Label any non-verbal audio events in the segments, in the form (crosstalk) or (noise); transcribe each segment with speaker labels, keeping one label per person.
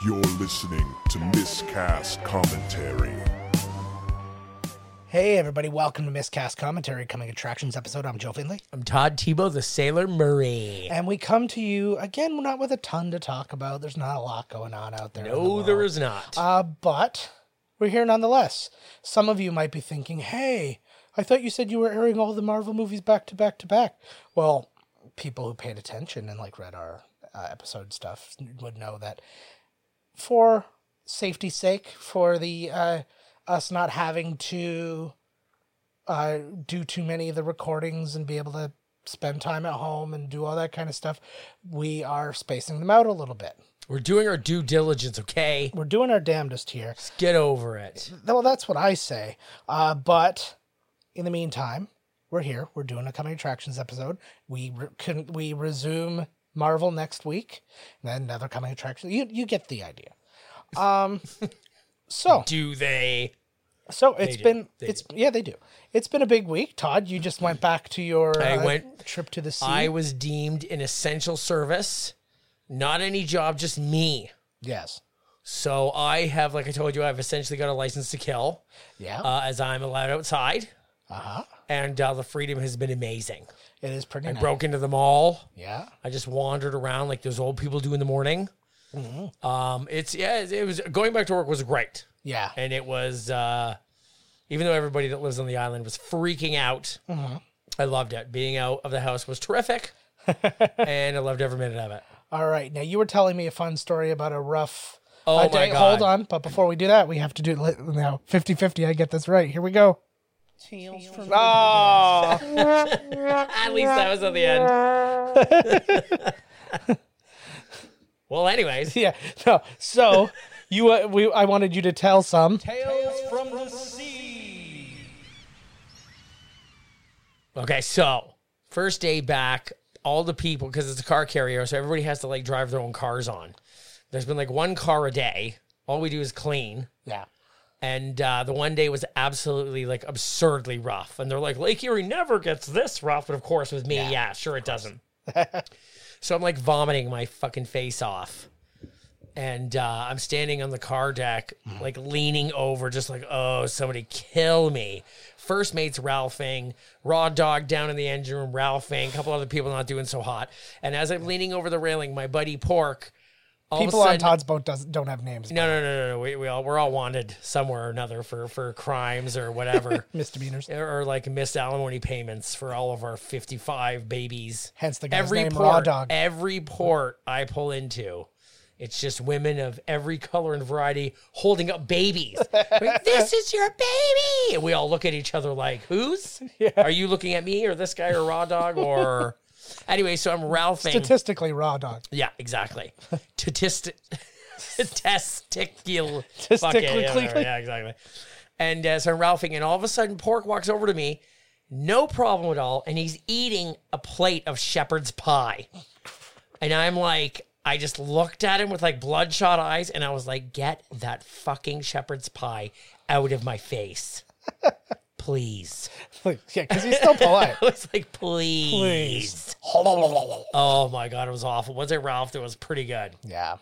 Speaker 1: You're listening to Miscast Commentary.
Speaker 2: Hey, everybody, welcome to Miscast Commentary Coming Attractions episode. I'm Joe Finley.
Speaker 3: I'm Todd Tebow, the Sailor Murray.
Speaker 2: And we come to you again, not with a ton to talk about. There's not a lot going on out there. in the
Speaker 3: No,
Speaker 2: world.
Speaker 3: there is not.
Speaker 2: Uh, but we're here nonetheless. Some of you might be thinking, hey, I thought you said you were airing all the Marvel movies back to back to back. Well, people who paid attention and like read our uh, episode stuff would know that for safety's sake, for the uh, us not having to uh, do too many of the recordings and be able to spend time at home and do all that kind of stuff, we are spacing them out a little bit.
Speaker 3: We're doing our due diligence, okay?
Speaker 2: We're doing our damnedest here.
Speaker 3: Just get over it.
Speaker 2: Well, that's what I say. Uh, but in the meantime, we're here. We're doing a coming attractions episode. We re- can we resume Marvel next week, and then another coming attraction. You you get the idea. Um, (laughs) so
Speaker 3: Do they?
Speaker 2: so it's
Speaker 3: do.
Speaker 2: been
Speaker 3: They
Speaker 2: it's yeah they do. It's been a big week, Todd. You just went back to your
Speaker 3: I
Speaker 2: uh,
Speaker 3: went-
Speaker 2: trip to the sea.
Speaker 3: I was deemed an essential service, not any job, just me.
Speaker 2: yes.
Speaker 3: So I have, like I told you, I've essentially got a license to kill,
Speaker 2: Yeah.
Speaker 3: uh, as I'm allowed outside,
Speaker 2: Uh huh.
Speaker 3: and uh, the freedom has been amazing.
Speaker 2: It is pretty.
Speaker 3: I
Speaker 2: nice.
Speaker 3: broke into the mall.
Speaker 2: Yeah.
Speaker 3: I just wandered around like those old people do in the morning.
Speaker 2: Mm-hmm.
Speaker 3: Um, it's yeah, it it was going back to work was great.
Speaker 2: Yeah.
Speaker 3: and it was uh, even though everybody that lives on the island was freaking out i loved it being out of the house was terrific and i loved every minute of it
Speaker 2: All right. Now you were telling me a fun story about a rough
Speaker 3: Oh
Speaker 2: uh,
Speaker 3: my
Speaker 2: day.
Speaker 3: God.
Speaker 2: Hold on, but before we do that, we have to do li- now 50-50. I get this right. Here we go. (laughs) Oh,
Speaker 3: at least that was at the end well anyways
Speaker 2: yeah. No.
Speaker 3: (laughs)
Speaker 2: So you uh, we I wanted you to tell some.
Speaker 3: okay so first day back all the people because it's a car carrier so everybody has to like drive their own cars on there's been like one car a day all we do is clean
Speaker 2: Yeah.
Speaker 3: And uh, the one day was absolutely like absurdly rough. And they're like, Lake Erie never gets this rough. But of course, with me, yeah, sure it doesn't. so I'm like vomiting my fucking face off. And uh, I'm standing on the car deck, like leaning over, just like, oh, somebody kill me. First mate's Ralphing, raw dog down in the engine room, Ralphing, a couple other people not doing so hot. And as I'm leaning over the railing, my buddy Pork, all
Speaker 2: People
Speaker 3: of a
Speaker 2: on
Speaker 3: sudden,
Speaker 2: Todd's boat doesn't don't have names.
Speaker 3: no, no, no, no, no. We, we all we're all wanted somewhere or another for for crimes
Speaker 2: (laughs)
Speaker 3: or whatever,
Speaker 2: Misdemeanors.
Speaker 3: or, or like missed alimony payments for all of our fifty-five babies.
Speaker 2: Hence the guy's
Speaker 3: Every
Speaker 2: name,
Speaker 3: port,
Speaker 2: Raw Dog.
Speaker 3: every port I pull into, it's just women of every color and variety holding
Speaker 2: (laughs)
Speaker 3: up babies. Like, this is your baby, and we all look at each other like,
Speaker 2: (laughs)
Speaker 3: "Who's? Are you looking at me or this guy or Raw Dog or?" anyway, so I'm Ralphing.
Speaker 2: Statistically, Raw Dog. (laughs)
Speaker 3: Yeah, (laughs) exactly. Statistic, testicular,
Speaker 2: Testically-
Speaker 3: yeah, whatever. yeah, exactly. And uh, so I'm ralphing, and all of a sudden, Pork walks over to me, no problem at all, and he's eating a plate of shepherd's pie, and I'm like. I just looked at him with like bloodshot eyes and I was like, get that fucking shepherd's pie out of my (laughs) face. Please.
Speaker 2: yeah, because he's still
Speaker 3: (laughs)
Speaker 2: polite.
Speaker 3: I was like, please. Oh my God, it was awful. Once I ralphed, it was pretty good.
Speaker 2: yeah.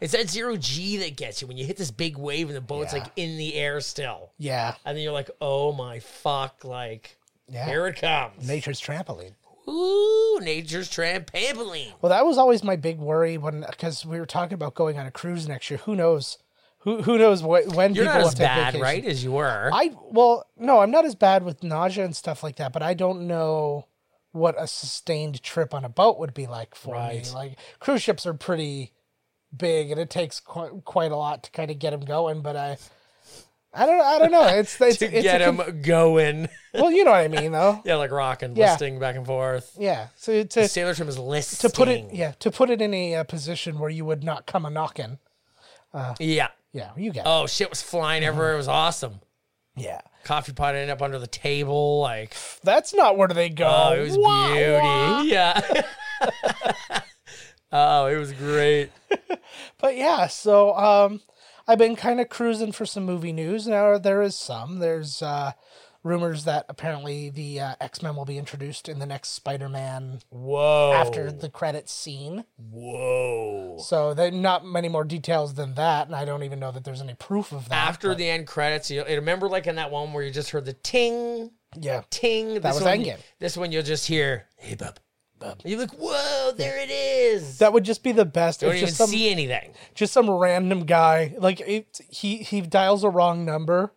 Speaker 3: It's that zero G that gets you when you hit this big wave and the boat's
Speaker 2: Yeah.
Speaker 3: like in the air still.
Speaker 2: Yeah.
Speaker 3: And then you're like, oh my fuck, like
Speaker 2: Yeah.
Speaker 3: here it comes.
Speaker 2: Nature's trampoline.
Speaker 3: Ooh, nature's trampoline.
Speaker 2: Well, that was always my big worry when because we were talking about going on a cruise next year. Who knows? Who who knows what when
Speaker 3: You're
Speaker 2: people
Speaker 3: not
Speaker 2: will
Speaker 3: as
Speaker 2: take
Speaker 3: bad,
Speaker 2: vacation.
Speaker 3: right, as you were.
Speaker 2: I well, no, I'm not as bad with nausea and stuff like that, but I don't know what a sustained trip on a boat would be like for me.
Speaker 3: Right.
Speaker 2: Like cruise ships are pretty big, and it takes quite, quite a lot to kind of get them going. But I, I don't, I don't
Speaker 3: (laughs)
Speaker 2: know. It's it's,
Speaker 3: to
Speaker 2: it's
Speaker 3: get
Speaker 2: a
Speaker 3: him
Speaker 2: con-
Speaker 3: going. (laughs)
Speaker 2: well, you know what I mean, though.
Speaker 3: yeah, like rocking,
Speaker 2: Yeah.
Speaker 3: listing back and forth.
Speaker 2: yeah. So to
Speaker 3: Sailor trim is listing.
Speaker 2: to put it, yeah, to put it in a uh, position where you would not come a knocking.
Speaker 3: Yeah.
Speaker 2: Yeah, you get it.
Speaker 3: Oh shit was flying everywhere. It was awesome. Oh.
Speaker 2: yeah.
Speaker 3: Coffee pot ended up under the table, like
Speaker 2: That's not where they go.
Speaker 3: Oh, it was
Speaker 2: Wah,
Speaker 3: beauty.
Speaker 2: wah.
Speaker 3: (laughs) Yeah. oh, it was great.
Speaker 2: But yeah, so um, I've been kind of cruising for some movie news. Now there is some. There's uh, rumors that apparently the uh, X Men will be introduced in the next Spider Man
Speaker 3: Whoa.
Speaker 2: after the credits scene.
Speaker 3: Whoa.
Speaker 2: So there not many more details than that, and I don't even know that there's any proof of that.
Speaker 3: After the end credits, you you remember like in that one where you just heard the ting,
Speaker 2: yeah,
Speaker 3: ting. That
Speaker 2: was
Speaker 3: one,
Speaker 2: Endgame.
Speaker 3: This one you'll just hear, hey, bub, bub. You're like, whoa, there it is.
Speaker 2: that would just be the best.
Speaker 3: don't
Speaker 2: It's
Speaker 3: even
Speaker 2: just some
Speaker 3: see anything.
Speaker 2: just some random guy like it, he he dials a wrong number,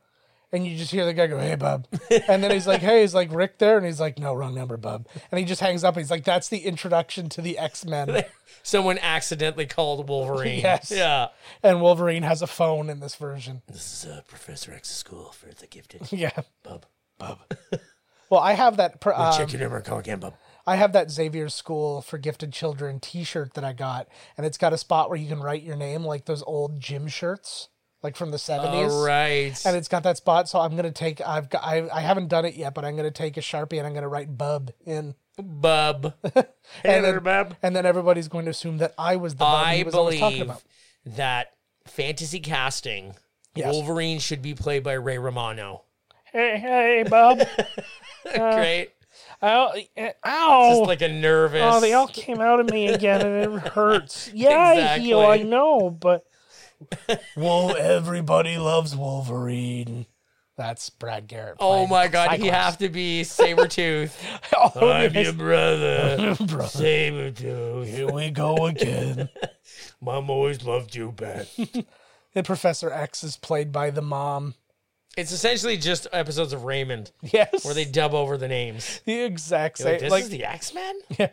Speaker 2: and you just hear the guy go, "Hey,
Speaker 3: (laughs)
Speaker 2: bub," and then he's like, "Hey," he's like Rick there, and he's like, "No, wrong number, bub," and he just hangs up. He's like, "That's the introduction to the X
Speaker 3: (laughs)
Speaker 2: Men."
Speaker 3: Someone accidentally called Wolverine.
Speaker 2: (laughs) Yes.
Speaker 3: Yeah.
Speaker 2: and Wolverine has a phone in this version.
Speaker 3: This is uh, Professor X's school for the
Speaker 2: (laughs)
Speaker 3: gifted.
Speaker 2: Yeah.
Speaker 3: Bub.
Speaker 2: Well, I have that. Per, um,
Speaker 3: Check your number and call again, Bub.
Speaker 2: I have that Xavier School for Gifted Children T-shirt that I got, and it's got a spot where you can write your name, like those old gym shirts, like from the seventies.
Speaker 3: All right.
Speaker 2: And it's got that spot, so I'm gonna take. I've got. I, I haven't done it yet, but I'm gonna take a sharpie and I'm gonna write "bub" in,
Speaker 3: Bub.
Speaker 2: (laughs)
Speaker 3: hey there,
Speaker 2: then-
Speaker 3: Bub.
Speaker 2: and then everybody's going to assume that I was the bub he
Speaker 3: I
Speaker 2: was always talking
Speaker 3: believe
Speaker 2: about.
Speaker 3: that fantasy casting,
Speaker 2: Yes.
Speaker 3: Wolverine should be played by Ray Romano.
Speaker 2: Hey, hey, (laughs) bub! Uh,
Speaker 3: (laughs) Great.
Speaker 2: Ow!
Speaker 3: Just
Speaker 2: Ow!
Speaker 3: like a nervous.
Speaker 2: Oh, came out of me again,
Speaker 3: (laughs)
Speaker 2: and it hurts.
Speaker 3: Yeah, I heal, I Exactly.
Speaker 2: know,
Speaker 3: (laughs)
Speaker 2: but whoa, everybody loves Wolverine. That's Brad Garrett.
Speaker 3: oh
Speaker 2: playing (laughs)
Speaker 3: my god, he
Speaker 2: Cyclops.
Speaker 3: have to be Sabretooth.
Speaker 2: All of
Speaker 3: (laughs) I'm
Speaker 2: this-
Speaker 3: your brother.
Speaker 2: (laughs) Brother,
Speaker 3: Sabretooth.
Speaker 2: Here we go
Speaker 3: (laughs)
Speaker 2: again.
Speaker 3: Mom always loved you, Pat.
Speaker 2: and Professor X is played by the mom.
Speaker 3: It's essentially just episodes of Raymond
Speaker 2: Yes,
Speaker 3: where they dub over the names.
Speaker 2: the exact
Speaker 3: Like,
Speaker 2: same.
Speaker 3: this
Speaker 2: Like,
Speaker 3: is the
Speaker 2: (laughs)
Speaker 3: X Men?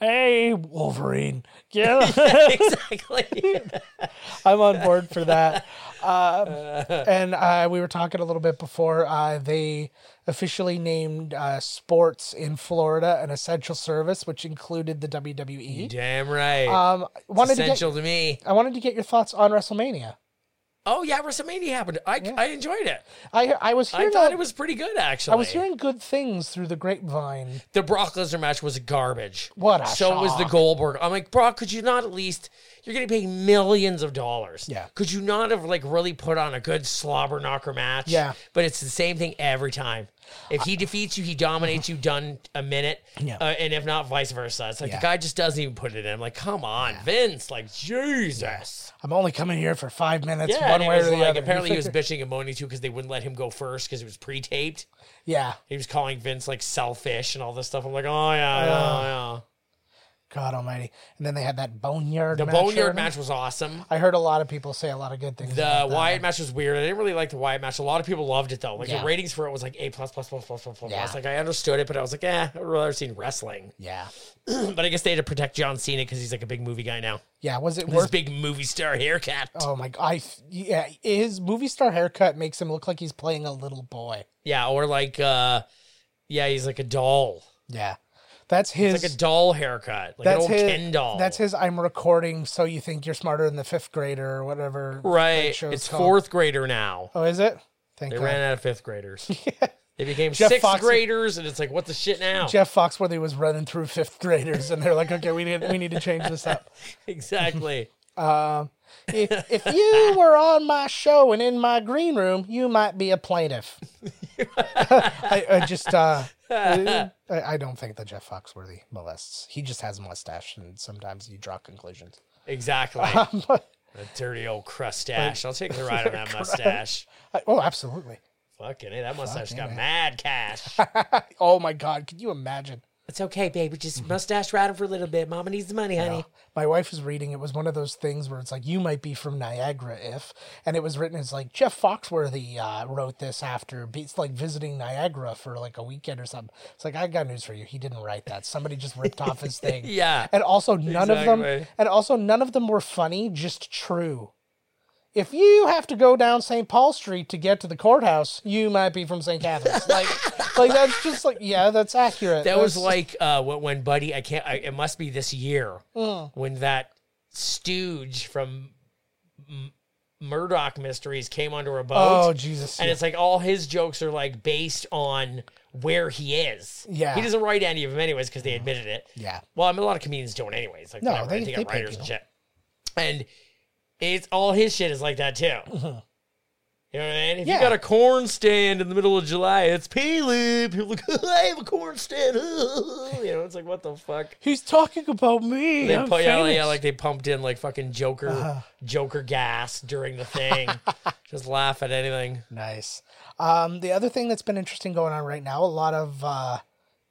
Speaker 2: hey, (laughs) Wolverine. Yeah.
Speaker 3: (laughs)
Speaker 2: (laughs)
Speaker 3: exactly.
Speaker 2: I'm on board for that. (laughs) Um, and uh, we were talking a little bit before uh, they officially named uh, sports in Florida an essential service, which included the WWE.
Speaker 3: Damn right.
Speaker 2: Um, I wanted to get,
Speaker 3: Essential to me.
Speaker 2: I wanted to get your thoughts on WrestleMania.
Speaker 3: Oh yeah, WrestleMania happened. I, I enjoyed it.
Speaker 2: I I was
Speaker 3: I
Speaker 2: hearing
Speaker 3: thought
Speaker 2: a-
Speaker 3: it was pretty good actually.
Speaker 2: I was hearing good things through the grapevine.
Speaker 3: the Brock Lesnar match was garbage.
Speaker 2: What a
Speaker 3: so was the
Speaker 2: shock.
Speaker 3: Goldberg. I'm like Brock, could you not at least? You're getting paid millions of dollars.
Speaker 2: Yeah.
Speaker 3: Could you not have like really put on a good slobber knocker match?
Speaker 2: Yeah.
Speaker 3: But it's the same thing every time. If he defeats you, he dominates you. Done a minute.
Speaker 2: Yeah.
Speaker 3: Uh, and if not, vice versa. It's like
Speaker 2: Yeah.
Speaker 3: the guy just doesn't even put it in. I'm like, come on, Vince. Like Jesus.
Speaker 2: I'm only coming here for five minutes,
Speaker 3: Yeah,
Speaker 2: one
Speaker 3: and it
Speaker 2: way or
Speaker 3: was
Speaker 2: the
Speaker 3: like,
Speaker 2: other. (laughs) You
Speaker 3: Apparently, he was
Speaker 2: figure-
Speaker 3: bitching and moaning too because they wouldn't let him go first because it was pre-taped.
Speaker 2: yeah.
Speaker 3: He was calling Vince like selfish and all this stuff. I'm like, oh yeah, yeah, yeah.
Speaker 2: God Almighty! And then they had that boneyard.
Speaker 3: The
Speaker 2: match
Speaker 3: Boneyard
Speaker 2: already.
Speaker 3: match was awesome.
Speaker 2: I heard a lot of people say a lot of good things. about
Speaker 3: The Wyatt match was weird. I didn't really like the Wyatt match. A lot of people loved it though. Like
Speaker 2: Yeah.
Speaker 3: the ratings for it was like A plus plus plus plus plus plus.
Speaker 2: Yeah.
Speaker 3: plus. Like I understood it, but I was like, eh, I'd rather seen wrestling. (clears throat)
Speaker 2: Yeah.
Speaker 3: but I guess they had to protect John Cena because he's like a big movie guy now.
Speaker 2: Yeah. Was it
Speaker 3: This
Speaker 2: worth
Speaker 3: big movie star (laughs) haircut.
Speaker 2: Oh my god! I yeah, his movie star haircut makes him look like he's playing a little boy.
Speaker 3: Yeah, or like, uh yeah, he's like a doll,
Speaker 2: Yeah, that's his.
Speaker 3: It's like a doll haircut, like an
Speaker 2: that's
Speaker 3: old
Speaker 2: his.
Speaker 3: Ken doll.
Speaker 2: That's his. I'm recording, so you think you're smarter than the fifth grader or whatever.
Speaker 3: right.
Speaker 2: that show's
Speaker 3: It's
Speaker 2: called.
Speaker 3: fourth grader now.
Speaker 2: Oh, is it? Thank
Speaker 3: They
Speaker 2: God.
Speaker 3: ran out of
Speaker 2: (laughs)
Speaker 3: fifth graders. They became
Speaker 2: Jeff
Speaker 3: sixth
Speaker 2: Foxworthy-
Speaker 3: graders, and it's like, what the shit now?
Speaker 2: Jeff Foxworthy was running through fifth graders, and they're like, "Okay, we need we need to change this up."
Speaker 3: (laughs)
Speaker 2: (laughs)
Speaker 3: Exactly.
Speaker 2: If, if you were on my show and in my green room, you might be a plaintiff. I, I just, uh, I, I don't think that Jeff Foxworthy molests. He just has a mustache, and sometimes you draw conclusions. (laughs)
Speaker 3: Exactly.
Speaker 2: I-
Speaker 3: The dirty old crustache. I'll
Speaker 2: (laughs)
Speaker 3: take the ride on that mustache.
Speaker 2: oh, absolutely.
Speaker 3: Fucking it, that mustache got mad
Speaker 2: (laughs)
Speaker 3: cash.
Speaker 2: Oh my God, could you imagine?
Speaker 3: it's okay, baby. Just mustache riding for a little bit. Mama needs the money, honey.
Speaker 2: My wife was reading. It was one of those things where it's like, "You might be from Niagara, if," and it was written as like Jeff Foxworthy uh, wrote this after be- it's like visiting Niagara for like a weekend or something. It's like I got news for you. He didn't write that. Somebody just ripped off
Speaker 3: (laughs)
Speaker 2: his thing.
Speaker 3: Yeah.
Speaker 2: and also none of them
Speaker 3: Exactly.
Speaker 2: and also none of them were funny just true if you have to go down st paul street to get to the courthouse you might be from st
Speaker 3: (laughs)
Speaker 2: catherine's like like that's just like yeah that's accurate
Speaker 3: That was
Speaker 2: That's-
Speaker 3: like uh, when, when Buddy, I can't, I, it must be this year,
Speaker 2: mm.
Speaker 3: when that stooge from M- Murdoch Mysteries came under a boat.
Speaker 2: oh jesus
Speaker 3: And it's like all his jokes are like based on where he is.
Speaker 2: Yeah.
Speaker 3: He doesn't write any of them anyways because they admitted it.
Speaker 2: yeah
Speaker 3: Well, I mean, a lot of comedians don't anyways. Like,
Speaker 2: No,
Speaker 3: whatever.
Speaker 2: they-
Speaker 3: I think
Speaker 2: they
Speaker 3: I'm writers
Speaker 2: pick
Speaker 3: and
Speaker 2: it
Speaker 3: shit. And it's all his shit is like that too. You know what I mean? If
Speaker 2: Mm-hmm. Yeah.
Speaker 3: you got a corn stand in the middle of July, it's Peely. People are like, (laughs) I have a corn stand. (laughs) you know, it's like, what the fuck?
Speaker 2: He's talking about me.
Speaker 3: They
Speaker 2: I'm
Speaker 3: put, yeah, yeah,
Speaker 2: famous. Uh-huh.
Speaker 3: like they pumped in like fucking Joker, Joker gas during
Speaker 2: (laughs)
Speaker 3: the thing. Just laugh at anything.
Speaker 2: Nice. Um, the other thing that's been interesting going on right now, a lot of uh,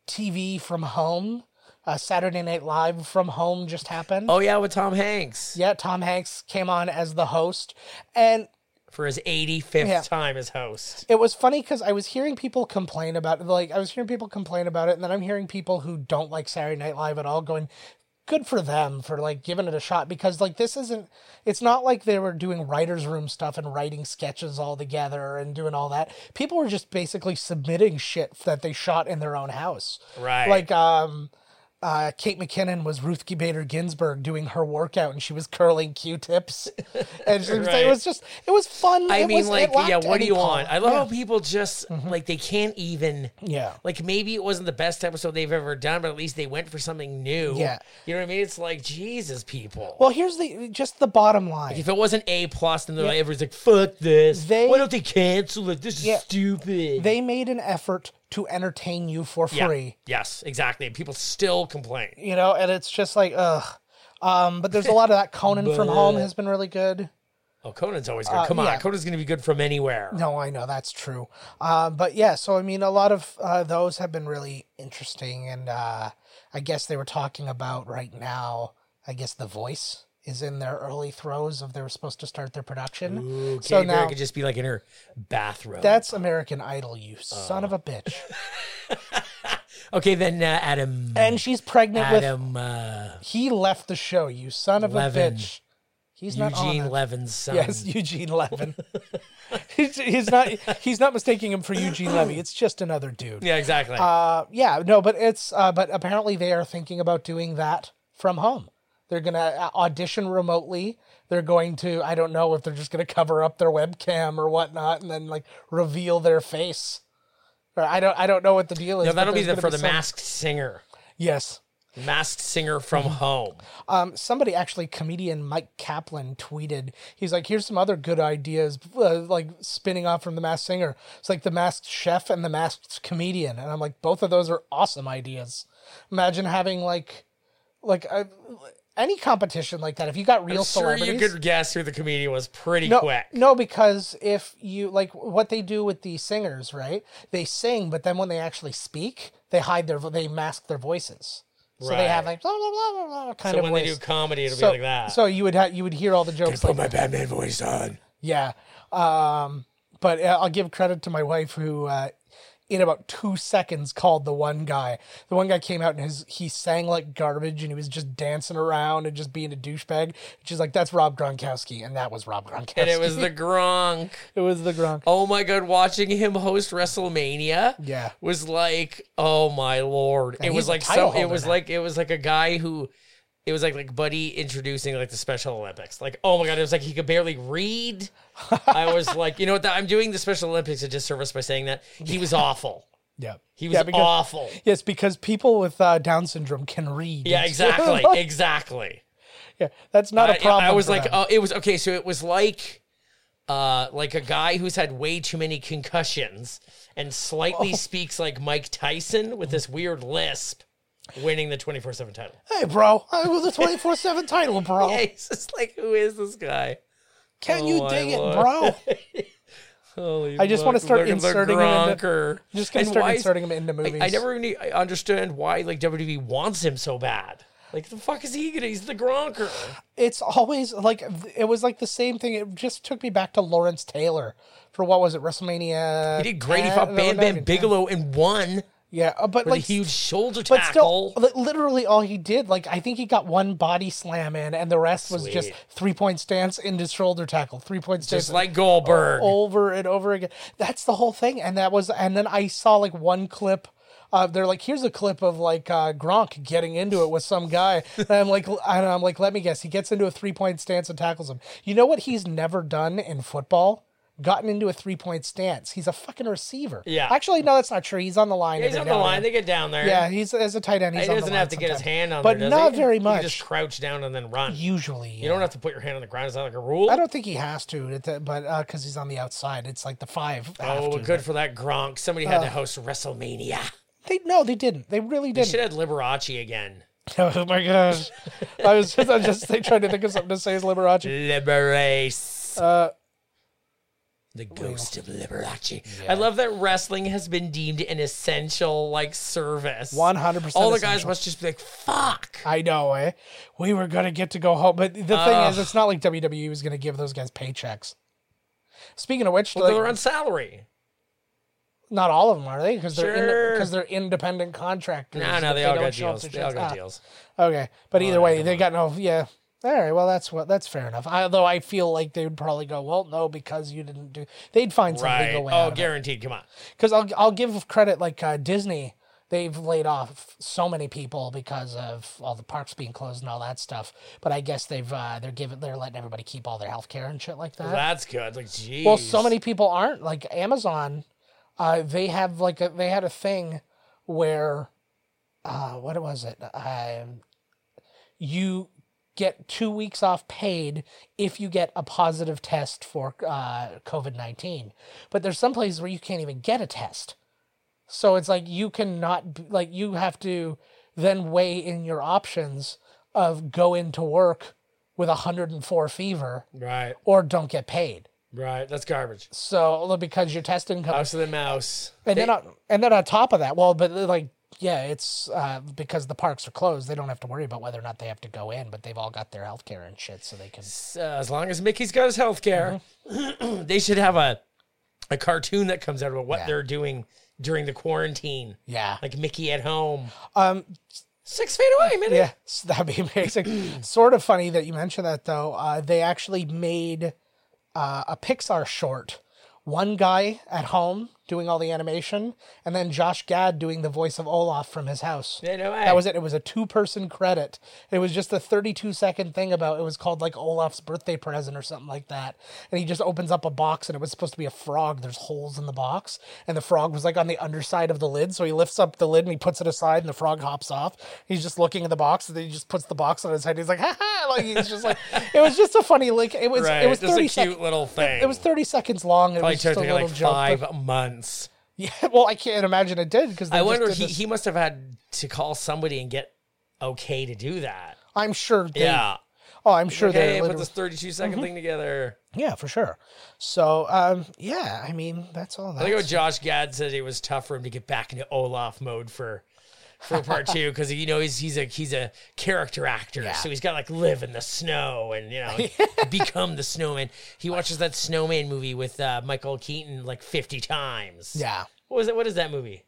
Speaker 2: TV from home. Uh, Saturday Night Live from home just happened.
Speaker 3: Oh yeah, with Tom Hanks
Speaker 2: Yeah, Tom Hanks came on as the host, and
Speaker 3: for his 85th
Speaker 2: Yeah.
Speaker 3: time as host.
Speaker 2: it was funny because I was hearing people complain about like I was hearing people complain about it, and then I'm hearing people who don't like Saturday Night Live at all going, "Good for them for like giving it a shot," because like this isn't. It's not like they were doing writers' room stuff and writing sketches all together and doing all that. People were just basically submitting shit that they shot in their own house.
Speaker 3: Right.
Speaker 2: Like um. Uh, Kate McKinnon was Ruth Bader Ginsburg doing her workout, and she was curling Q-tips, (laughs) and she was-
Speaker 3: Right.
Speaker 2: it was just it was fun.
Speaker 3: I
Speaker 2: It
Speaker 3: mean,
Speaker 2: was- it
Speaker 3: like, yeah,
Speaker 2: lacked
Speaker 3: what do
Speaker 2: any
Speaker 3: you
Speaker 2: color.
Speaker 3: want? I love
Speaker 2: Yeah. Mm-hmm.
Speaker 3: how people just like they can't even.
Speaker 2: Yeah.
Speaker 3: Like maybe it wasn't the best episode they've ever done, but at least they went for something new.
Speaker 2: Yeah.
Speaker 3: you know what I mean. It's like Jesus, people.
Speaker 2: Well, here's the just the bottom line.
Speaker 3: If it wasn't A plus, then they're like, everyone's like, "Fuck this!
Speaker 2: They-
Speaker 3: Why don't they cancel it? This is
Speaker 2: Yeah.
Speaker 3: stupid."
Speaker 2: They made an effort to entertain you for
Speaker 3: Yeah.
Speaker 2: free,
Speaker 3: Yes, exactly. People still complain.
Speaker 2: you know, and it's just like ugh. Um, but there's a lot of that. Conan
Speaker 3: (laughs)
Speaker 2: from Home has been really good.
Speaker 3: Oh, Conan's always good. Come on,
Speaker 2: Uh, yeah.
Speaker 3: Conan's gonna be good from anywhere.
Speaker 2: No, I know that's true. Uh, but yeah, so I mean, a lot of uh, those have been really interesting, and uh, I guess they were talking about right now. I guess The Voice is in their early throes of they were supposed to start their production.
Speaker 3: Okay,
Speaker 2: so
Speaker 3: so
Speaker 2: now
Speaker 3: could just be like in her bathrobe.
Speaker 2: that's American Idol, you son of a bitch.
Speaker 3: Uh, okay, then uh, Adam.
Speaker 2: And she's pregnant with
Speaker 3: Adam uh,
Speaker 2: He left the show, you son of
Speaker 3: Levin.
Speaker 2: a bitch. He's not on
Speaker 3: Eugene
Speaker 2: it.
Speaker 3: Levin's son.
Speaker 2: Yes, (laughs) Eugene Levin. he's, he's not. He's not mistaking him for Eugene Levy. It's just another dude.
Speaker 3: Yeah, exactly.
Speaker 2: Uh, yeah, no, but it's. Uh, but apparently they are thinking about doing that from home. They're gonna uh, audition remotely. They're going to. I don't know if they're just gonna cover up their webcam or whatnot, and then like reveal their face. Or I don't. I don't know what the deal is.
Speaker 3: no,
Speaker 2: but
Speaker 3: that'll be
Speaker 2: there's
Speaker 3: the,
Speaker 2: gonna
Speaker 3: for the
Speaker 2: some-
Speaker 3: masked singer.
Speaker 2: Yes.
Speaker 3: Masked singer
Speaker 2: (laughs)
Speaker 3: from home.
Speaker 2: Um, somebody actually, comedian Mike Kaplan tweeted, he's like, here's some other good ideas, uh, like spinning off from The Masked Singer. It's like The Masked Chef and The Masked Comedian. And I'm like, both of those are awesome ideas. Imagine having like, like uh, any competition like that. If you got real
Speaker 3: Sure,
Speaker 2: celebrities.
Speaker 3: you could guess who the comedian was pretty
Speaker 2: no,
Speaker 3: quick.
Speaker 2: no, because if you like what they do with the singers, right? They sing, but then when they actually speak, they hide their, vo- they mask their voices. So they have like
Speaker 3: Right.
Speaker 2: blah blah blah blah, blah kind
Speaker 3: So
Speaker 2: of
Speaker 3: when
Speaker 2: voice.
Speaker 3: they do comedy, it'll
Speaker 2: So,
Speaker 3: be like that.
Speaker 2: so you would ha- you would hear all the jokes.
Speaker 3: put
Speaker 2: Like,
Speaker 3: my Batman voice on.
Speaker 2: yeah, um, but uh, I'll give credit to my wife who, uh, in about two seconds, called the one guy. The one guy came out and his he sang like garbage and he was just dancing around and just being a douchebag. She's like, "That's Rob Gronkowski," and that was Rob Gronkowski.
Speaker 3: And
Speaker 2: (laughs)
Speaker 3: it was the Gronk.
Speaker 2: it was the Gronk.
Speaker 3: Oh my god, watching him host WrestleMania
Speaker 2: Yeah.
Speaker 3: was like, oh my lord. it
Speaker 2: he's
Speaker 3: was
Speaker 2: a
Speaker 3: like
Speaker 2: title
Speaker 3: so it
Speaker 2: holder
Speaker 3: was
Speaker 2: now.
Speaker 3: like it was like a guy who it was like like Buddy introducing like the Special Olympics. Like, oh my god, it was like he could
Speaker 2: (laughs)
Speaker 3: barely read. I was like, you know what? the- I'm doing the Special Olympics a disservice by saying that.
Speaker 2: (laughs)
Speaker 3: He was awful.
Speaker 2: Yeah,
Speaker 3: He was
Speaker 2: yeah, because,
Speaker 3: awful.
Speaker 2: Yes, because people with uh, Down syndrome can read. (laughs)
Speaker 3: Yeah, exactly. exactly.
Speaker 2: yeah, that's not
Speaker 3: I-
Speaker 2: a problem.
Speaker 3: I, was
Speaker 2: for
Speaker 3: like,
Speaker 2: them.
Speaker 3: oh, it was okay. So it was like, uh, like a guy who's had way too many concussions and slightly
Speaker 2: Oh.
Speaker 3: speaks like Mike Tyson with this weird lisp, winning the twenty four seven title.
Speaker 2: "Hey, bro, I was a twenty four seven title, bro.
Speaker 3: (laughs) Yeah, he's just like, who is this guy?
Speaker 2: Can
Speaker 3: Oh,
Speaker 2: you
Speaker 3: my
Speaker 2: dig it,
Speaker 3: Lord. (laughs)
Speaker 2: bro?"
Speaker 3: Holy
Speaker 2: I just wanna
Speaker 3: fuck,
Speaker 2: start
Speaker 3: look at the
Speaker 2: inserting it into-
Speaker 3: Gronker.
Speaker 2: I'm just gonna
Speaker 3: And
Speaker 2: start
Speaker 3: why is-
Speaker 2: inserting him into
Speaker 3: I-
Speaker 2: movies.
Speaker 3: I, never really I understand why like WWE wants him so bad. Like the fuck is he gonna? He's the Gronker.
Speaker 2: It's always like it was like the same thing. It just took me back to Lawrence Taylor for what was it WrestleMania?
Speaker 3: He did great. He
Speaker 2: 10?
Speaker 3: fought
Speaker 2: No,
Speaker 3: Bam
Speaker 2: not
Speaker 3: Bam
Speaker 2: even 10.
Speaker 3: Bigelow and won.
Speaker 2: Yeah, uh, but
Speaker 3: Like
Speaker 2: like
Speaker 3: huge shoulder
Speaker 2: but
Speaker 3: tackle.
Speaker 2: still, li- literally all he did, like I think he got one body slam in, and the rest was just
Speaker 3: Sweet.
Speaker 2: three point stance into shoulder tackle, three point stance.
Speaker 3: just like Goldberg.
Speaker 2: (laughs) over and over again. That's the whole thing. And that was, and then I saw like one clip. Uh, they're like, here's a clip of like uh, Gronk getting into it with some guy, and I'm like, (laughs) and I'm like, let me guess, he gets into a three point stance and tackles him. You know what he's never done in football? gotten into a three point stance. He's a fucking receiver.
Speaker 3: Yeah.
Speaker 2: Actually, no, that's not true. He's on the line.
Speaker 3: He's
Speaker 2: every
Speaker 3: on
Speaker 2: now
Speaker 3: the
Speaker 2: and
Speaker 3: line.
Speaker 2: then.
Speaker 3: They get down there.
Speaker 2: Yeah, he's as a tight end. He's
Speaker 3: he
Speaker 2: on the
Speaker 3: doesn't
Speaker 2: line
Speaker 3: have to get his
Speaker 2: sometimes.
Speaker 3: hand on
Speaker 2: but
Speaker 3: there, does
Speaker 2: not
Speaker 3: he?
Speaker 2: very
Speaker 3: He
Speaker 2: much.
Speaker 3: can just crouch down and then run.
Speaker 2: Usually,
Speaker 3: You don't have to put your hand on the ground. Is that like a rule?
Speaker 2: I don't think he has to, it- but because he's on the outside, it's like the five. have
Speaker 3: oh,
Speaker 2: to, Oh.
Speaker 3: good for that Gronk. Somebody had to host WrestleMania.
Speaker 2: but They no, they didn't. They really
Speaker 3: They
Speaker 2: didn't.
Speaker 3: should have had Liberace again.
Speaker 2: (laughs) Oh my gosh! I was just, I was just like, trying to think of something to say as Liberace.
Speaker 3: Liberace.
Speaker 2: Uh, oh
Speaker 3: the ghost of Liberace. I love that wrestling has been deemed an essential like service.
Speaker 2: 100%
Speaker 3: All the guys
Speaker 2: essential.
Speaker 3: must just be like, fuck.
Speaker 2: I know, eh? We were gonna get to go home, but the thing is, it's not like WWE was gonna give those guys paychecks. Speaking of which,
Speaker 3: Well,
Speaker 2: like,
Speaker 3: they're on salary.
Speaker 2: not all of them are they? Because they're
Speaker 3: Sure.
Speaker 2: because they're independent contractors.
Speaker 3: No, no,
Speaker 2: If
Speaker 3: they, all
Speaker 2: don't
Speaker 3: got
Speaker 2: show up
Speaker 3: deals.
Speaker 2: to
Speaker 3: They all
Speaker 2: shows-
Speaker 3: got
Speaker 2: ah,
Speaker 3: deals.
Speaker 2: Okay, but either way, they got no. Yeah. All right. Well, that's what. That's fair enough. I, though I feel like they would probably go, well, no, because you didn't do. They'd find some
Speaker 3: Right.
Speaker 2: legal way.
Speaker 3: Oh, guaranteed. Come on.
Speaker 2: Because I'll I'll give credit like uh, Disney. They've laid off so many people because of all the parks being closed and all that stuff. But I guess they've uh, they're giving they're letting everybody keep all their health care and shit like that.
Speaker 3: That's good. Like, geez.
Speaker 2: Well, so many people aren't like Amazon. Uh, they have like a, they had a thing where, uh, what was it? Um, you get two weeks off paid if you get a positive test for uh, COVID nineteen. But there's some places where you can't even get a test. So it's like you cannot b- like you have to then weigh in your options of go into work with 104 fever
Speaker 3: Right.
Speaker 2: or don't get paid.
Speaker 3: Right. That's garbage.
Speaker 2: So because your testing comes,
Speaker 3: House of the Mouse.
Speaker 2: and then on, and then on top of that, well, but like yeah, it's uh, because the parks are closed, they don't have to worry about whether or not they have to go in, but they've all got their health care and shit, so they can.
Speaker 3: Uh, as long as Mickey's got his health care, (clears throat) they should have a a cartoon that comes out about what
Speaker 2: Mm-hmm. Yeah.
Speaker 3: they're doing during the quarantine.
Speaker 2: Yeah,
Speaker 3: Like Mickey at home.
Speaker 2: um,
Speaker 3: Six feet away,
Speaker 2: (laughs)
Speaker 3: Minnie.
Speaker 2: yeah, so that'd be amazing. sort of funny that you mentioned that though. Uh, they actually made uh, a Pixar short. One guy at home doing all the animation, and then Josh Gad doing the voice of Olaf from his house.
Speaker 3: Yeah, no way.
Speaker 2: That was it. It was a two person credit. It was just a 32 second thing about it was called like Olaf's birthday present or something like that. And he just opens up a box and it was supposed to be a frog. There's holes in the box. And the frog was like on the underside of the lid. So he lifts up the lid and he puts it aside and the frog hops off. He's just looking at the box and then he just puts the box on his head. He's like, ha ha. Like he's just like, it was just a funny, like, it was,
Speaker 3: right.
Speaker 2: it was
Speaker 3: Just a
Speaker 2: 30
Speaker 3: cute
Speaker 2: seconds.
Speaker 3: little thing.
Speaker 2: It was 30 seconds long. and It
Speaker 3: probably
Speaker 2: was
Speaker 3: took
Speaker 2: just a
Speaker 3: me
Speaker 2: little
Speaker 3: like
Speaker 2: joke.
Speaker 3: five
Speaker 2: but-
Speaker 3: months.
Speaker 2: yeah, (laughs) well, I can't imagine it did because
Speaker 3: I wonder he, he must have had to call somebody and get okay to do that.
Speaker 2: I'm sure. They,
Speaker 3: Yeah.
Speaker 2: Oh, I'm sure they
Speaker 3: Okay, put
Speaker 2: literally- Mm-hmm.
Speaker 3: this 32 second thing together.
Speaker 2: Yeah, for sure. So, um, yeah, I mean, that's all that.
Speaker 3: I think what Josh Gad said it was tough for him to get back into Olaf mode for
Speaker 2: (laughs)
Speaker 3: for part two because you know he's he's a he's a character actor, so he's got to like live in the snow and
Speaker 2: (laughs)
Speaker 3: you know become the snowman. He watches that snowman movie with uh, Michael Keaton like 50 times.
Speaker 2: yeah,
Speaker 3: What was it? What is that movie?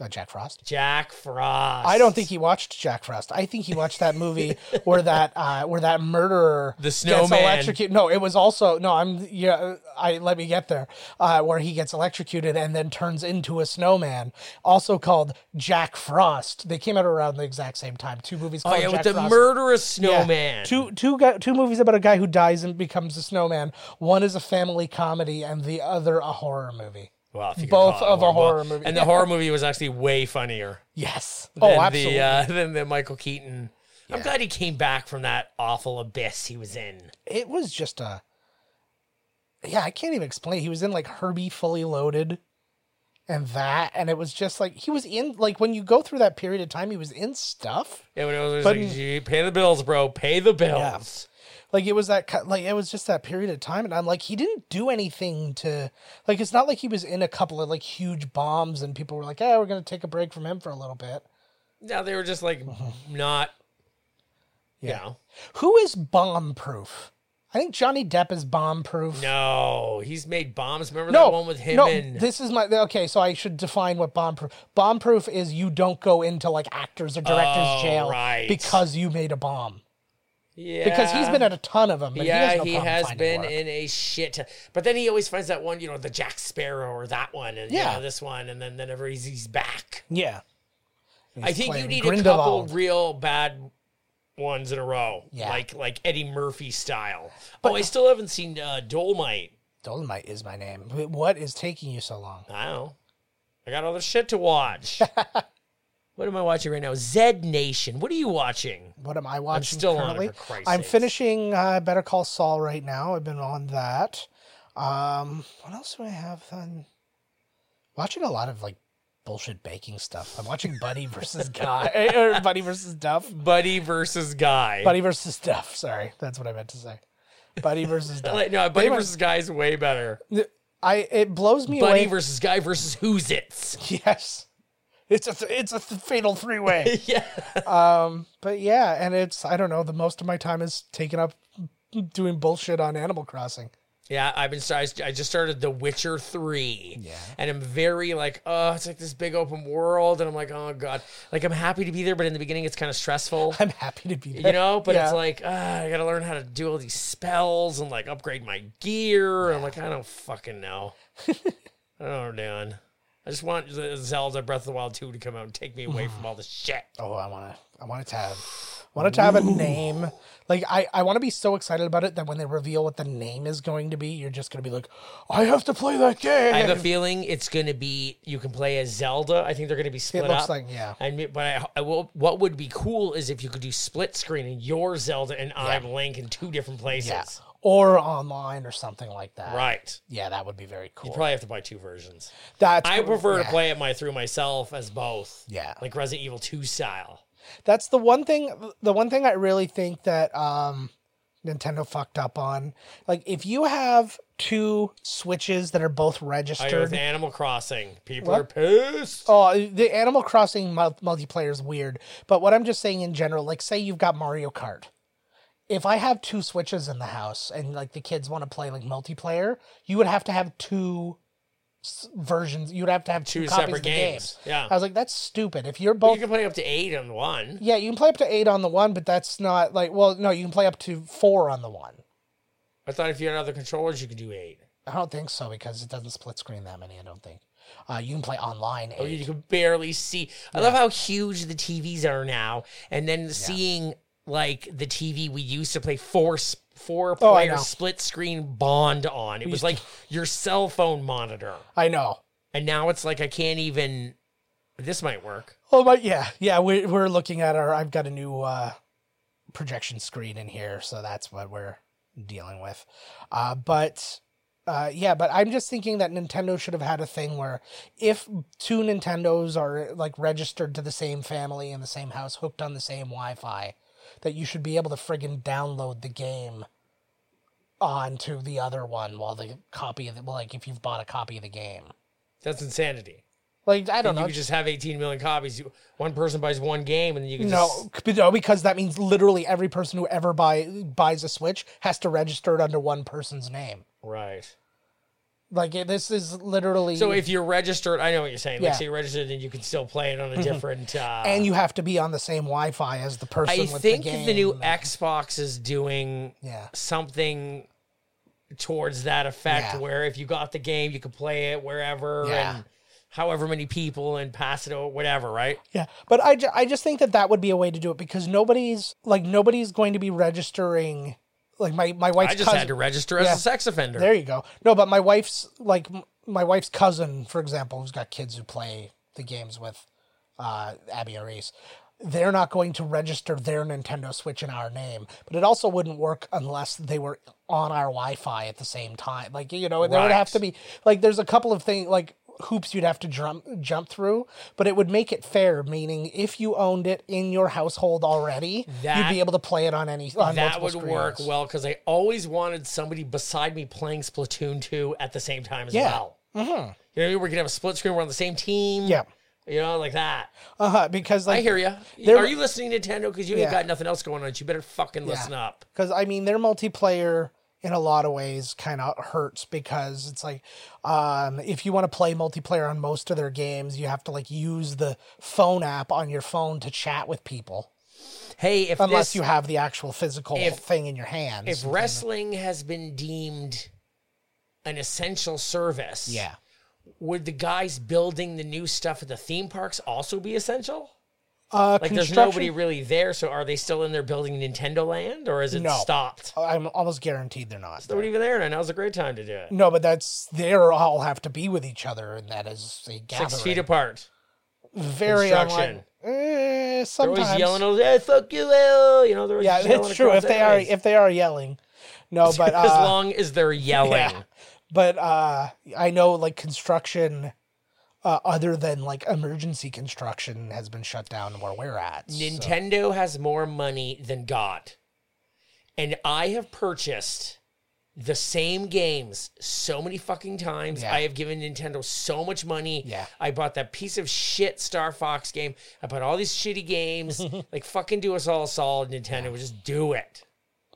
Speaker 2: uh, Jack Frost.
Speaker 3: Jack Frost.
Speaker 2: I don't think he watched Jack Frost. I think he watched that
Speaker 3: (laughs)
Speaker 2: movie where that uh, where that murderer
Speaker 3: The snowman.
Speaker 2: electrocuted. No, it was also no. I'm yeah. I let me get there. Uh, where he gets electrocuted and then turns into a snowman, also called Jack Frost. They came out around the exact same time. Two movies
Speaker 3: Oh
Speaker 2: called
Speaker 3: yeah,
Speaker 2: Jack
Speaker 3: with the
Speaker 2: Frost.
Speaker 3: murderous
Speaker 2: Yeah.
Speaker 3: snowman.
Speaker 2: Two two guy, two movies about a guy who dies and becomes a snowman. One is a family comedy, and the other a horror movie.
Speaker 3: well, if you can
Speaker 2: both
Speaker 3: call it
Speaker 2: of a horror
Speaker 3: well,
Speaker 2: movie.
Speaker 3: and the horror movie was actually way funnier.
Speaker 2: Yes. (laughs)
Speaker 3: than
Speaker 2: oh, absolutely.
Speaker 3: the uh, (laughs) than the Michael Keaton. I'm glad he came back from that awful abyss he was in.
Speaker 2: it was just a. Yeah, I can't even explain. He was in like Herbie Fully Loaded, and that, and it was just like he was in like when you go through that period of time, he was in stuff.
Speaker 3: Yeah, when it was
Speaker 2: But-
Speaker 3: like, "Gee, pay the bills, bro. Pay the bills.
Speaker 2: Like it was that ki- like it was just that period of time, and I'm like he didn't do anything to like it's not like he was in a couple of like huge bombs, and people were like, "Yeah, we're gonna take a break from him for a little bit."
Speaker 3: No, they were
Speaker 2: (laughs)
Speaker 3: just like not.
Speaker 2: Yeah.
Speaker 3: You know,
Speaker 2: Who is bomb proof? I think Johnny Depp is bomb proof.
Speaker 3: no, he's made bombs. Remember
Speaker 2: no,
Speaker 3: that one with him
Speaker 2: no,
Speaker 3: and
Speaker 2: this is my okay. So I should define what bomb proof. Bomb proof is you don't go into like actors or directors
Speaker 3: Oh,
Speaker 2: jail
Speaker 3: right.
Speaker 2: because you made a bomb.
Speaker 3: yeah,
Speaker 2: Because he's been at a ton of them. But he
Speaker 3: yeah,
Speaker 2: has, no
Speaker 3: he
Speaker 2: problem
Speaker 3: has
Speaker 2: finding
Speaker 3: been
Speaker 2: work.
Speaker 3: in a shit. ton- But then he always finds that one, you know, the Jack Sparrow or that one, and yeah,
Speaker 2: Yeah.
Speaker 3: this one, and then whenever he's he's back.
Speaker 2: Yeah,
Speaker 3: I think you
Speaker 2: playing
Speaker 3: need a couple
Speaker 2: Grindelwald.
Speaker 3: real bad ones in a row,
Speaker 2: Yeah.
Speaker 3: like like Eddie Murphy style. oh, I still haven't seen uh, Dolmite.
Speaker 2: Dolomite is my name. Wh- What is taking you so long?
Speaker 3: I don't know. I got other shit to watch.
Speaker 2: (laughs)
Speaker 3: what am I watching right now? Zed Nation. What are you watching?
Speaker 2: What am I watching
Speaker 3: still on it,
Speaker 2: currently?
Speaker 3: for Christ's
Speaker 2: I'm
Speaker 3: sakes.
Speaker 2: finishing uh, Better Call Saul right now. I've been on that. Um, what else do I have? On? Watching a lot of like bullshit baking stuff. I'm watching Buddy (laughs) versus Guy or Buddy versus Duff.
Speaker 3: Buddy versus Guy.
Speaker 2: Buddy versus Duff. Sorry, that's what I meant to say. Buddy
Speaker 3: (laughs)
Speaker 2: versus Duff.
Speaker 3: Like, No, Buddy
Speaker 2: They
Speaker 3: versus Guy is way better.
Speaker 2: I it blows me
Speaker 3: Buddy
Speaker 2: away.
Speaker 3: versus Guy versus Who's It's.
Speaker 2: (laughs) yes, it's a th- it's a th- fatal three way.
Speaker 3: (laughs) yeah.
Speaker 2: But yeah, and it's I don't know. The most of my time is taken up doing bullshit on Animal Crossing.
Speaker 3: Yeah, I've been. so I I just started The Witcher Three. Yeah, and I'm very like, oh, it's like this big open world, and I'm like, oh god, like I'm happy to be there, but in the beginning, it's kind of stressful,
Speaker 2: I'm happy to be there. (laughs)
Speaker 3: you know. But
Speaker 2: Yeah.
Speaker 3: it's like, ah, I gotta learn how to do all these spells and like upgrade my gear. and I'm like, I don't
Speaker 2: (laughs)
Speaker 3: fucking know. I don't know what I'm doing. I just want the Zelda Breath of the Wild two to come out and take me away from all this shit.
Speaker 2: oh, I want to, I want it to have, I want it to have a name. Like I, I want to be so excited about it that when they reveal what the name is going to be, you're just gonna be like, I have to play that game.
Speaker 3: I
Speaker 2: (laughs)
Speaker 3: have a feeling it's going to be you can play as Zelda. I think they're going to be split
Speaker 2: looks
Speaker 3: up.
Speaker 2: like- yeah.
Speaker 3: I mean, but I, I will. What would be cool is if you could do split screen and you're Zelda and I'm Link in two different places.
Speaker 2: yeah, or online or something like that.
Speaker 3: Right.
Speaker 2: Yeah, that would be very cool.
Speaker 3: Probably have to buy two versions.
Speaker 2: That's
Speaker 3: I prefer
Speaker 2: yeah.
Speaker 3: to play it my through myself as both.
Speaker 2: Yeah.
Speaker 3: Like Resident Evil Two style.
Speaker 2: That's the one thing. The one thing I really think that um, Nintendo fucked up on. Like, if you have two Switches that are both
Speaker 3: I go with
Speaker 2: registered,
Speaker 3: Animal Crossing. People
Speaker 2: What?
Speaker 3: are pissed.
Speaker 2: Oh, the Animal Crossing mul- multiplayer is weird. But what I'm just saying in general, like, say you've got Mario Kart. If I have two Switches in the house and, like, the kids want to play, like, multiplayer, you would have to have two s- versions. You would have to have two,
Speaker 3: Two
Speaker 2: copies
Speaker 3: separate
Speaker 2: of the game.
Speaker 3: games. Yeah.
Speaker 2: I was like, that's stupid. If you're
Speaker 3: You
Speaker 2: both.
Speaker 3: can play up to eight on one.
Speaker 2: yeah, you can play up to eight on the one, but that's not, like, well, no, you can play up to four on the one.
Speaker 3: I thought if you had other controllers, you could do eight.
Speaker 2: I don't think so because it doesn't split screen that many, I don't think. Uh, you can play online.
Speaker 3: Oh,
Speaker 2: eight.
Speaker 3: You can barely see. I love how huge the TVs are now, and then seeing like the TV we used to play four s- four
Speaker 2: Oh, I
Speaker 3: player
Speaker 2: know.
Speaker 3: split screen bond on. It was like your cell phone monitor,
Speaker 2: I know.
Speaker 3: and now it's like I can't even. This might work.
Speaker 2: Oh my, yeah, yeah. We're we're looking at our. I've got a new uh, projection screen in here, so that's what we're dealing with. Uh, but uh, yeah, but I'm just thinking that Nintendo should have had a thing where if two Nintendos are like registered to the same family in the same house, hooked on the same Wi-Fi, that you should be able to friggin' download the game onto the other one while the copy of the like if you've bought a copy of the game.
Speaker 3: That's insanity.
Speaker 2: Like I don't
Speaker 3: You
Speaker 2: know.
Speaker 3: could just have 18 million copies. You- One person buys one game, and then you can
Speaker 2: No, c- no, because that means literally every person who ever buy buys a Switch has to register it under one person's name.
Speaker 3: just right.
Speaker 2: Like it- this is literally
Speaker 3: So if you're registered, I know what you're saying. Like
Speaker 2: Mm. Yeah. Mm-hmm.
Speaker 3: say you're registered, then you can still play it on a different. Uh,
Speaker 2: and you have to be on the same Wi-Fi as the person.
Speaker 3: I
Speaker 2: with
Speaker 3: think
Speaker 2: the, game.
Speaker 3: the new Xbox is doing
Speaker 2: yeah,
Speaker 3: something towards that effect
Speaker 2: Yeah.
Speaker 3: where if you got the game you could play it wherever
Speaker 2: Yeah.
Speaker 3: and however many people and pass it or whatever right
Speaker 2: yeah. But I, ju- I just think that that would be a way to do it because nobody's like nobody's going to be registering. Like my my wife's
Speaker 3: i just
Speaker 2: cousin.
Speaker 3: had to register as
Speaker 2: Yeah.
Speaker 3: a sex offender
Speaker 2: There you go. No, but my wife's like m- my wife's cousin, for example, who's got kids who play the games with uh, Abby or Reese. They're not going to register their Nintendo Switch in our name, but it also wouldn't work unless they were on our Wi-Fi at the same time. Like you know, there would have
Speaker 3: Right.
Speaker 2: to be like there's a couple of things like hoops you'd have to jump jump through, but it would make it fair. Meaning, if you owned it in your household already, you'd
Speaker 3: That-
Speaker 2: be able to play it on any on
Speaker 3: that
Speaker 2: multiple
Speaker 3: would work
Speaker 2: screens.
Speaker 3: well because i always wanted somebody beside me playing splatoon 2 at the same time as
Speaker 2: Yeah.
Speaker 3: well mm-hmm. you know what I mean? we could have a split screen we're on the same team
Speaker 2: Yeah.
Speaker 3: you know like that
Speaker 2: Uh huh. Because like
Speaker 3: i hear you
Speaker 2: There-
Speaker 3: are you listening nintendo because you
Speaker 2: Yeah.
Speaker 3: ain't got nothing else going on you better fucking listen up
Speaker 2: because I mean their multiplayer in a lot of ways kind of hurts because it's like um, if you want to play multiplayer on most of their games, you have to like use the phone app on your phone to chat with people
Speaker 3: hey if
Speaker 2: unless
Speaker 3: this,
Speaker 2: you have the actual physical
Speaker 3: if-
Speaker 2: thing in your hands.
Speaker 3: if wrestling has been deemed an essential service,
Speaker 2: yeah,
Speaker 3: would the guys building the new stuff at the theme parks also be essential?
Speaker 2: Uh,
Speaker 3: Like, there's
Speaker 2: construction.
Speaker 3: nobody really there. So, are they still in there building Nintendo Land, or is it
Speaker 2: No.
Speaker 3: stopped?
Speaker 2: I'm almost guaranteed they're not.
Speaker 3: Nobody even there, and now's a great time to do it.
Speaker 2: No, but that's they all have to be with each other, and that is a gathering.
Speaker 3: Six feet apart.
Speaker 2: Very
Speaker 3: construction.
Speaker 2: unlike. Eh,
Speaker 3: They're always
Speaker 2: sometimes.
Speaker 3: yelling, "Oh, "Hey, fuck you, L!" You know, they're always
Speaker 2: yeah,
Speaker 3: yelling
Speaker 2: it's true.
Speaker 3: across
Speaker 2: If they are,
Speaker 3: areas.
Speaker 2: if they are yelling,
Speaker 3: (laughs)
Speaker 2: no, but
Speaker 3: as
Speaker 2: uh,
Speaker 3: long as they're yelling,
Speaker 2: yeah. but uh, I know like construction, uh, other than like emergency construction, has been shut down where we're at. so-
Speaker 3: Nintendo has more money than God. And I have purchased the same games so many fucking times.
Speaker 2: Yeah.
Speaker 3: I have given Nintendo so much money.
Speaker 2: Yeah.
Speaker 3: I bought that piece of shit Star Fox game. I bought all these
Speaker 2: (laughs)
Speaker 3: shitty games. like fucking do us all a solid, Nintendo. Just do it.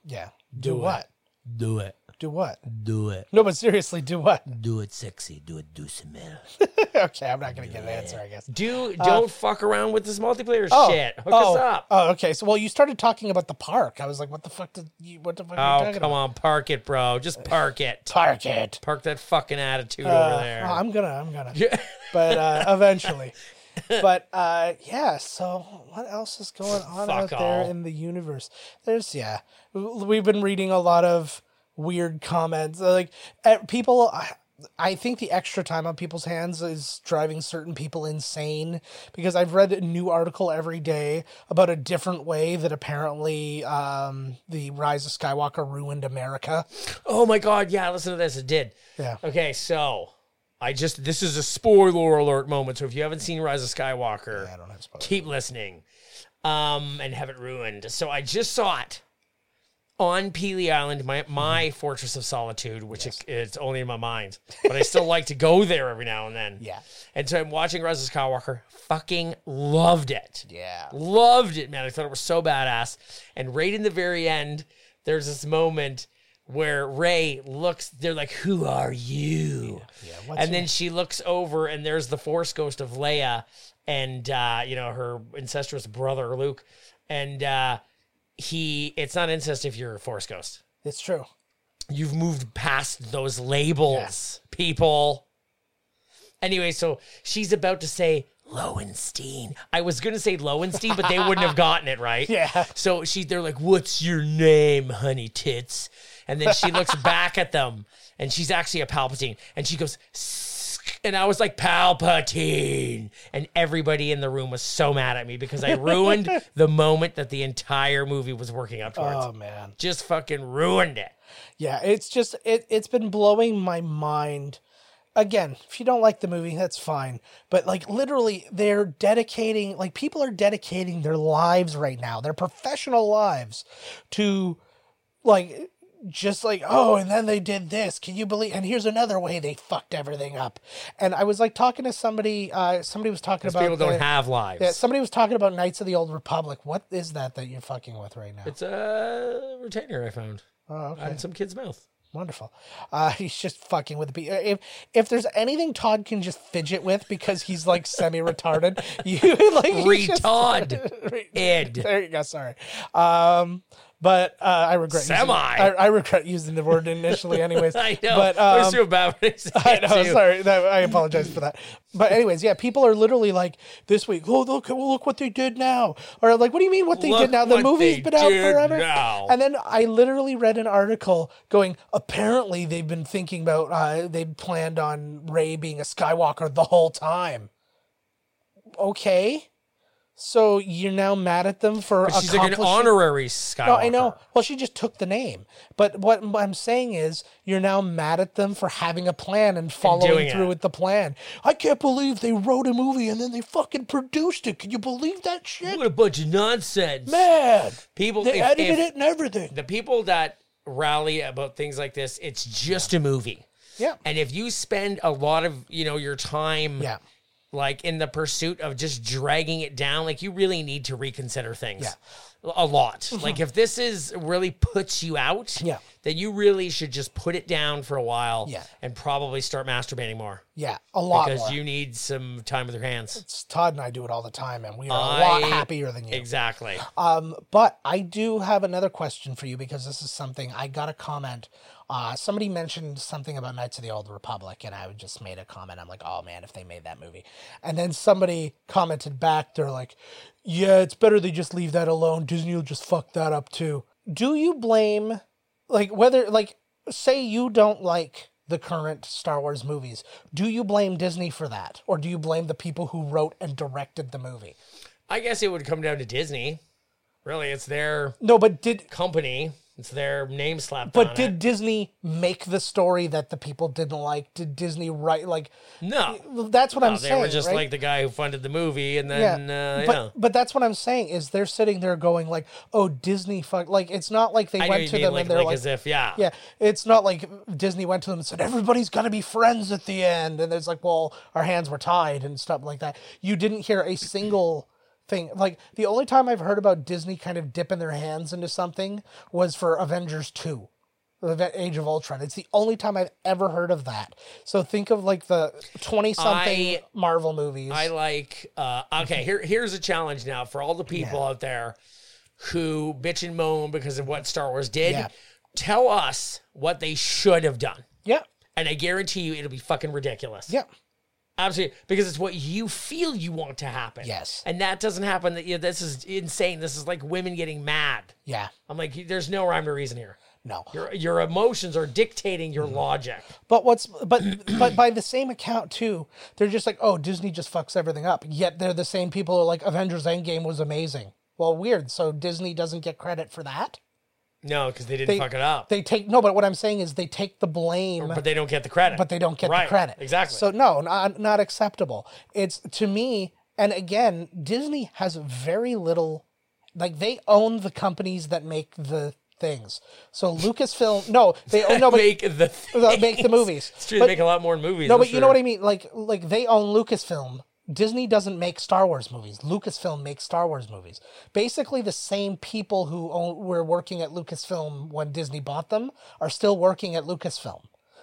Speaker 2: yeah, do, what?
Speaker 3: Do it.
Speaker 2: Do what?
Speaker 3: Do it.
Speaker 2: No, but seriously, do what?
Speaker 3: Do it sexy. Do it do some man.
Speaker 2: (laughs) okay, I'm not gonna get an answer. I guess.
Speaker 3: Do don't fuck around with this multiplayer shit. Hook
Speaker 2: Uh, oh,
Speaker 3: us up.
Speaker 2: Oh, okay. So, well, you started talking about the park. I was like, what the fuck did you? What the fuck? are you
Speaker 3: Oh,
Speaker 2: talking
Speaker 3: come
Speaker 2: about?
Speaker 3: on, park it, bro. Just park it.
Speaker 2: Park it.
Speaker 3: Park that fucking attitude
Speaker 2: Uh,
Speaker 3: over there.
Speaker 2: oh, I'm gonna. I'm gonna.
Speaker 3: Yeah.
Speaker 2: But uh, eventually. but uh, yeah. So what else is going on
Speaker 3: Fuck
Speaker 2: out there
Speaker 3: all.
Speaker 2: in the universe? There's yeah. W- We've been reading a lot of weird comments. Uh, Like uh, people. I- I think the extra time on people's hands is driving certain people insane because I've read a new article every day about a different way that apparently um, the Rise of Skywalker ruined America.
Speaker 3: Oh my god, yeah, listen to this. It did.
Speaker 2: Yeah.
Speaker 3: Okay, so I just this is a spoiler alert moment. So if you haven't seen Rise of Skywalker,
Speaker 2: I don't have spoilers.
Speaker 3: keep listening. Um, and have it ruined. So I just saw it on Pelee Island, my my
Speaker 2: Mm-hmm.
Speaker 3: Fortress of Solitude, which is it's only in my mind, but I still like to go there every now and then.
Speaker 2: (laughs) Yeah.
Speaker 3: And so I'm watching Rise of Skywalker. Fucking loved it.
Speaker 2: Yeah.
Speaker 3: Loved it, man. I thought it was so badass. And right in the very end, there's this moment where Ray looks, they're like, Who are you?
Speaker 2: Yeah, what's
Speaker 3: and then she looks over, and there's the Force Ghost of Leia and, uh, you know, her incestuous brother, Luke. And uh, he, it's not incest if you're a Force Ghost.
Speaker 2: It's true.
Speaker 3: You've moved past those labels, people. Anyway, so she's about to say Lowenstein. I was gonna say Lowenstein, but they wouldn't have gotten it
Speaker 2: (laughs)
Speaker 3: right.
Speaker 2: Yeah.
Speaker 3: So she, they're like, "What's your name, honey tits?" And then she
Speaker 2: (laughs)
Speaker 3: looks back at them, and she's actually a Palpatine, and she goes. "Sk-" And I was like Palpatine, and everybody in the room was so mad at me because
Speaker 2: (laughs)
Speaker 3: I ruined the moment that the entire movie was working up towards.
Speaker 2: Oh man.
Speaker 3: Just fucking ruined it.
Speaker 2: Yeah, it's just it it's been blowing my mind. Again, if you don't like the movie, that's fine. But like literally they're dedicating like people are dedicating their lives right now, their professional lives to like just like oh and then they did this can you believe and here's another way they fucked everything up and i was like talking to somebody uh somebody was talking about
Speaker 3: people don't
Speaker 2: the-
Speaker 3: have lives.
Speaker 2: yeah, somebody was talking about knights of the old republic what is that that you're fucking with right now
Speaker 3: It's a retainer I found
Speaker 2: oh, okay.
Speaker 3: on some kid's mouth.
Speaker 2: (laughs) Wonderful. Uh, (laughs) he's just fucking with the beat. If if there's anything Todd can just fidget with because he's like semi retarded, (laughs) you like he's just- (laughs)
Speaker 3: Retard. Ed.
Speaker 2: There you go. Sorry. Um, but uh, I regret using-
Speaker 3: Semi.
Speaker 2: I, I regret using the word initially. Anyways,
Speaker 3: (laughs) I know.
Speaker 2: But
Speaker 3: I
Speaker 2: um,
Speaker 3: was too bad when I said
Speaker 2: (laughs) I know.
Speaker 3: too.
Speaker 2: Sorry, that, I apologize for that. But anyways, yeah, people are literally like this week. Oh, look, well, look what they did now, or like, what do you mean what they
Speaker 3: Look
Speaker 2: did now? The
Speaker 3: what
Speaker 2: movie's
Speaker 3: they
Speaker 2: been out
Speaker 3: did
Speaker 2: forever.
Speaker 3: now.
Speaker 2: And then I literally read an article going, apparently they've been thinking about uh, they planned on Ray being a Skywalker the whole time. Okay. So you're now mad at them for
Speaker 3: She's like an
Speaker 2: accomplishing-
Speaker 3: honorary Skywalker.
Speaker 2: no, I know. Well, she just took the name. But what m- I'm saying is, you're now mad at them for having a plan and following
Speaker 3: doing
Speaker 2: through
Speaker 3: it.
Speaker 2: with the plan. I can't believe they wrote a movie and then they fucking produced it. Can you believe that shit?
Speaker 3: What a bunch of nonsense.
Speaker 2: Man,
Speaker 3: People,
Speaker 2: they
Speaker 3: if-
Speaker 2: edited
Speaker 3: if
Speaker 2: it and everything.
Speaker 3: the people that rally about things like this, it's just a movie.
Speaker 2: Yeah.
Speaker 3: And if you spend a lot of, you know, your time
Speaker 2: Yeah.
Speaker 3: like in the pursuit of just dragging it down, like you really need to reconsider things a lot. Like if this is really puts you out,
Speaker 2: Mm-hmm. Yeah.
Speaker 3: then you really should just put it down for a while
Speaker 2: Yeah.
Speaker 3: and probably start masturbating more
Speaker 2: Yeah. A lot
Speaker 3: because
Speaker 2: more.
Speaker 3: you need some time with your hands.
Speaker 2: It's- Todd and I do it all the time, and we are a lot
Speaker 3: I-
Speaker 2: happier than you.
Speaker 3: Exactly.
Speaker 2: Um, but I do have another question for you because this is something I got a comment. Uh, somebody mentioned something about Knights of the Old Republic, and I just made a comment. I'm like, oh man, if they made that movie. And then somebody commented back, they're like, yeah, it's better they just leave that alone. Disney will just fuck that up too. Do you blame, like, whether, like, say you don't like the current Star Wars movies, do you blame Disney for that? Or do you blame the people who wrote and directed the movie?
Speaker 3: I guess it would come down to Disney. Really, it's their
Speaker 2: No, but did,
Speaker 3: company. It's their name slapped
Speaker 2: but
Speaker 3: on
Speaker 2: did
Speaker 3: it.
Speaker 2: Disney make the story that the people didn't like? Did Disney write, like,
Speaker 3: No,
Speaker 2: that's what I'm
Speaker 3: they
Speaker 2: saying.
Speaker 3: were just
Speaker 2: right?
Speaker 3: like the guy who funded the movie, and
Speaker 2: Yeah,
Speaker 3: then yeah. Uh,
Speaker 2: but
Speaker 3: yeah.
Speaker 2: but that's what I'm saying is they're sitting there going like, oh Disney fuck, like it's not like they
Speaker 3: I know
Speaker 2: went
Speaker 3: you
Speaker 2: to
Speaker 3: mean
Speaker 2: them
Speaker 3: like,
Speaker 2: and they're
Speaker 3: like,
Speaker 2: like,
Speaker 3: as if yeah,
Speaker 2: yeah, it's not like Disney went to them and said everybody's gonna be friends at the end, and it's like, well, our hands were tied and stuff like that. You didn't hear a single thing. Like the only time I've heard about Disney kind of dipping their hands into something was for Avengers two. The Age of Ultron. It's the only time I've ever heard of that. So think of like the twenty-something
Speaker 3: I-
Speaker 2: Marvel movies.
Speaker 3: I like. Uh, okay, here here's a challenge now for all the people out there who bitch and moan because of what Star Wars did.
Speaker 2: Yeah.
Speaker 3: Tell us what they should have done,
Speaker 2: yeah,
Speaker 3: and I guarantee you it'll be fucking ridiculous.
Speaker 2: yeah.
Speaker 3: Absolutely, because it's what you feel you want to happen.
Speaker 2: Yes.
Speaker 3: and that doesn't happen. That you know, this is insane. This is like women getting mad.
Speaker 2: Yeah.
Speaker 3: I'm like, there's no rhyme or reason here.
Speaker 2: No.
Speaker 3: Your your emotions are dictating your
Speaker 2: Mm-hmm.
Speaker 3: logic.
Speaker 2: But what's but but by the same account too, they're just like, oh, Disney just fucks everything up. Yet they're the same people who are like Avengers Endgame was amazing. Well, weird. So Disney doesn't get credit for that.
Speaker 3: No, because they didn't
Speaker 2: They
Speaker 3: fuck it up,
Speaker 2: They take no, but what I'm saying is they take the blame,
Speaker 3: but they don't get the credit.
Speaker 2: but they don't get
Speaker 3: Right,
Speaker 2: the credit.
Speaker 3: exactly.
Speaker 2: So no, not not acceptable. It's to me, and again, Disney has very little like they own the companies that make the things. So Lucasfilm, no, they own
Speaker 3: (laughs)
Speaker 2: no, but
Speaker 3: make the
Speaker 2: They make the
Speaker 3: things.
Speaker 2: movies.
Speaker 3: It's true.
Speaker 2: But-
Speaker 3: they make a lot more movies.
Speaker 2: No, but you know what I mean. Like, like they own Lucasfilm. Disney doesn't make Star Wars movies. Lucasfilm makes Star Wars movies. Basically, the same people who own, were working at Lucasfilm when Disney bought them are still working at Lucasfilm.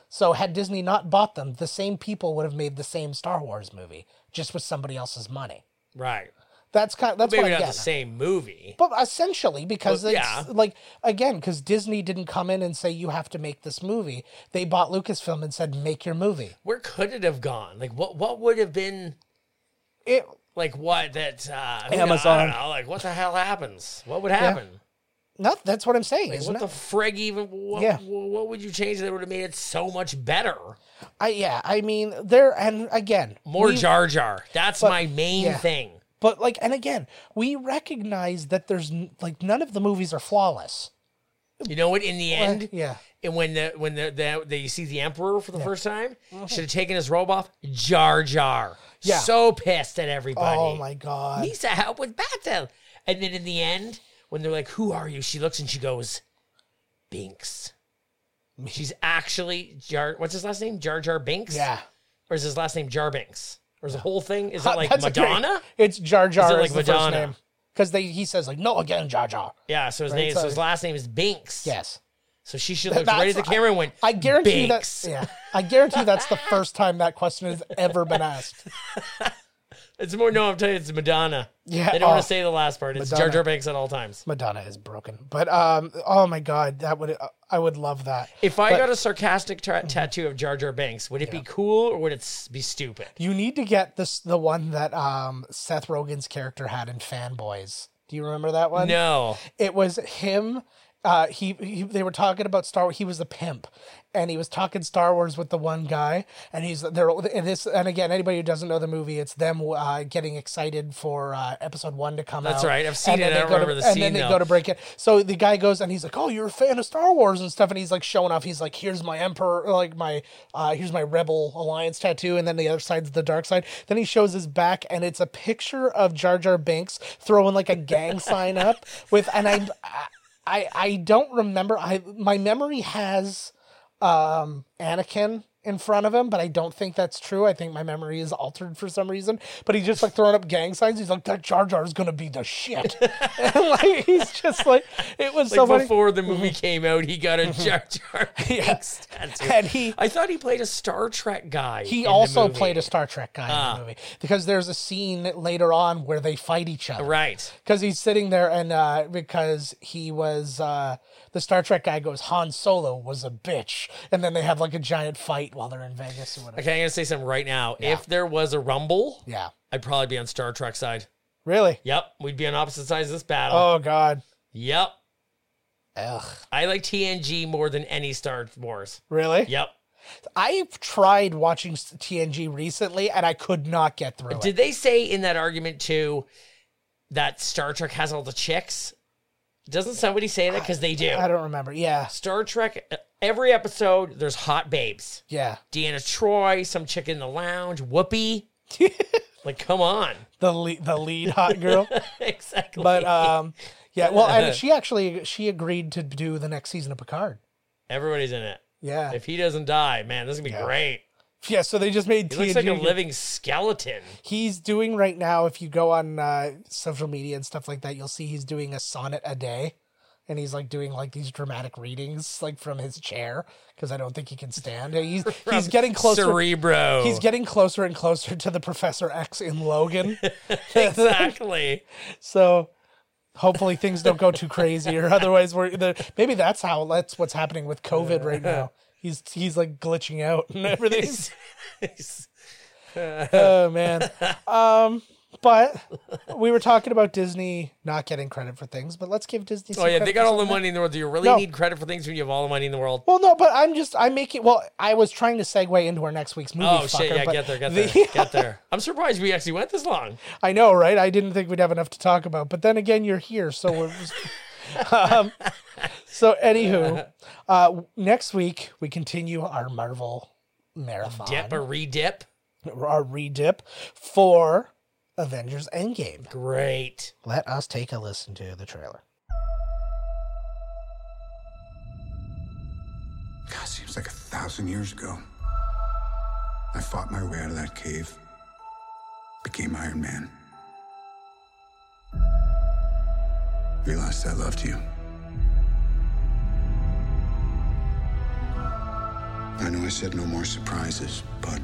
Speaker 2: So, had Disney not bought them, the same people would have made the same Star Wars movie, just with somebody else's money.
Speaker 3: Right.
Speaker 2: That's kind. that's
Speaker 3: Maybe
Speaker 2: what I
Speaker 3: not
Speaker 2: get.
Speaker 3: the same movie.
Speaker 2: But essentially, because
Speaker 3: Well,
Speaker 2: it's
Speaker 3: yeah.
Speaker 2: like again, because Disney didn't come in and say you have to make this movie. They bought Lucasfilm and said make your movie.
Speaker 3: Where could it have gone? Like what? What would have been
Speaker 2: It
Speaker 3: like what that? Uh, who kno- I
Speaker 2: Amazon.
Speaker 3: don't know. Like what the hell happens? What would happen?
Speaker 2: No, that's what I'm saying.
Speaker 3: Like,
Speaker 2: is
Speaker 3: what the frig? Even what,
Speaker 2: Yeah.
Speaker 3: what? what would you change that would have made it so much better?
Speaker 2: I yeah, I mean there and again,
Speaker 3: More
Speaker 2: we-
Speaker 3: Jar Jar. That's my main
Speaker 2: yeah.
Speaker 3: thing.
Speaker 2: but like and again, we recognize that there's n- like none of the movies are flawless.
Speaker 3: You know what? In the end,
Speaker 2: Yeah.
Speaker 3: and when the when the, the, the you see the emperor for the first time, should have taken his robe off. Jar Jar.
Speaker 2: Mm-hmm. Yeah.
Speaker 3: So pissed at everybody.
Speaker 2: Oh my god.
Speaker 3: needs to help with battle. And then in the end, when they're like, "Who are you?" She looks and she goes, "Binks." She's actually Jar. What's his last name? Jar Jar Binks.
Speaker 2: Yeah.
Speaker 3: Or is his last name Jar Binks? Or is the whole thing? Is it
Speaker 2: That-
Speaker 3: like
Speaker 2: that's a great-
Speaker 3: Madonna?
Speaker 2: it's Jar Jar
Speaker 3: Is it
Speaker 2: is
Speaker 3: like
Speaker 2: the first
Speaker 3: Madonna?
Speaker 2: name. Cuz they he says like no again Jar Jar.
Speaker 3: Yeah. So his
Speaker 2: Right,
Speaker 3: name. So
Speaker 2: so-
Speaker 3: his last name is Binks.
Speaker 2: Yes.
Speaker 3: So she should look
Speaker 2: That's-
Speaker 3: right at the camera and went.
Speaker 2: I guarantee
Speaker 3: Binks.
Speaker 2: that yeah. I guarantee that's the first time that question has ever been asked.
Speaker 3: It's more. No, I'm telling you, it's Madonna.
Speaker 2: Yeah,
Speaker 3: They don't want
Speaker 2: oh.
Speaker 3: to say the last part. It's Jar
Speaker 2: Madonna.
Speaker 3: Jar Binks at all times.
Speaker 2: Madonna is broken. But um oh my god, that would I would love that.
Speaker 3: If I got a sarcastic ta-
Speaker 2: Mm-hmm.
Speaker 3: tattoo of Jar Jar Binks, would it be cool or would it s- be stupid?
Speaker 2: You need to get this the one that um Seth Rogen's character had in Fanboys. Do you remember that one?
Speaker 3: No.
Speaker 2: It was him. Uh, he, he they were talking about Star Wars. He was the pimp, and he was talking Star Wars with the one guy, and he's there. And this and again, anybody who doesn't know the movie, it's them uh, getting excited for uh, episode one to come out.
Speaker 3: That's right. I've seen
Speaker 2: And
Speaker 3: it.
Speaker 2: then
Speaker 3: I
Speaker 2: they
Speaker 3: don't
Speaker 2: go to-
Speaker 3: remember the
Speaker 2: and
Speaker 3: scene,
Speaker 2: then they
Speaker 3: though.
Speaker 2: go to break it. So the guy goes and he's like, "Oh, you're a fan of Star Wars and stuff," and he's like showing off. He's like, "Here's my Emperor, like my uh, here's my Rebel Alliance tattoo," and then the other side's the dark side. Then he shows his back, and it's a picture of Jar Jar Binks throwing like a gang sign up with, and I, I, I don't remember. I my memory has um, Anakin in front of him, but I don't think that's true. I think my memory is altered for some reason. But he's just like throwing up gang signs. He's like, that Jar Jar is gonna be the
Speaker 3: (laughs)
Speaker 2: shit. (laughs) and like he's just like, it was
Speaker 3: Like
Speaker 2: so funny.
Speaker 3: before the movie came out, he got a
Speaker 2: (laughs)
Speaker 3: Jar Jar Binks tattoo.
Speaker 2: Mm-hmm. And he-
Speaker 3: I thought he played a Star Trek guy.
Speaker 2: He
Speaker 3: in the
Speaker 2: also
Speaker 3: movie. Ah.
Speaker 2: played a Star Trek guy in the movie because there's a scene later on where they fight each other.
Speaker 3: right.
Speaker 2: because he's sitting there and uh, because he was uh, the Star Trek guy goes Han Solo was a bitch, and then they have like a giant fight while they're in Vegas or whatever.
Speaker 3: Okay, I'm gonna say something right now. If there was a Rumble,
Speaker 2: Yeah,
Speaker 3: I'd probably be on Star Trek side.
Speaker 2: Really?
Speaker 3: Yep, we'd be on opposite sides of this battle.
Speaker 2: Oh God.
Speaker 3: Yep,
Speaker 2: Ugh.
Speaker 3: I like TNG more than any Star Wars.
Speaker 2: Really?
Speaker 3: Yep.
Speaker 2: I've tried watching s- TNG recently, and I could not get through it.
Speaker 3: Did they say in that argument too that Star Trek has all the chicks? Doesn't somebody say that because they do?
Speaker 2: I don't remember. Yeah,
Speaker 3: Star Trek, uh, every episode, there's hot babes.
Speaker 2: yeah.
Speaker 3: Deanna Troy, some chick in the
Speaker 2: (laughs)
Speaker 3: lounge, Whoopi. like, come on. (laughs)
Speaker 2: The le- the lead hot girl,
Speaker 3: exactly.
Speaker 2: but um, yeah. Well, and
Speaker 3: (laughs)
Speaker 2: she actually she agreed to do the next season of Picard.
Speaker 3: Everybody's in it.
Speaker 2: Yeah,
Speaker 3: If he doesn't die, man, this is going to be great.
Speaker 2: yeah. So they just made
Speaker 3: He
Speaker 2: TNG.
Speaker 3: looks like a living skeleton.
Speaker 2: he's doing right now. If you go on uh, social media and stuff like that, you'll see he's doing a sonnet a day, and he's like doing like these dramatic readings like from his chair because I don't think he can stand.
Speaker 3: (laughs)
Speaker 2: He's he's getting closer.
Speaker 3: Cerebro.
Speaker 2: (laughs) He's getting closer and closer to the Professor X in
Speaker 3: (laughs)
Speaker 2: Logan.
Speaker 3: exactly.
Speaker 2: So hopefully things don't go too crazy, or otherwise we're the, maybe that's how that's what's happening with COVID right
Speaker 3: (laughs)
Speaker 2: now. He's he's like glitching out and everything. (laughs) oh man. Um, but we were talking about Disney not getting credit for things, but let's give Disney. Some
Speaker 3: (laughs) oh, yeah,
Speaker 2: credit
Speaker 3: they got
Speaker 2: for
Speaker 3: all the
Speaker 2: something.
Speaker 3: money in the world. Do you really
Speaker 2: No.
Speaker 3: need credit for things when you have all the money in the world?
Speaker 2: (laughs) Well, no, but I'm just I'm making. Well, I was trying to segue into our next week's movie.
Speaker 3: Oh
Speaker 2: fucker,
Speaker 3: shit! Yeah,
Speaker 2: but
Speaker 3: get there, get
Speaker 2: the-
Speaker 3: there,
Speaker 2: (laughs)
Speaker 3: get there. I'm surprised we actually went this long.
Speaker 2: I know, right? I didn't think we'd have enough to talk about, but then again, you're here, so we're. (laughs) um, so, anywho, uh, w- next week we continue our Marvel marathon,
Speaker 3: Dip or redip?
Speaker 2: our redip for Avengers Endgame.
Speaker 3: Great.
Speaker 2: Let us take a listen to the trailer.
Speaker 4: God, seems like a thousand years ago. I fought my way out of that cave, became Iron Man. Realized I loved you. I know I said no more surprises, but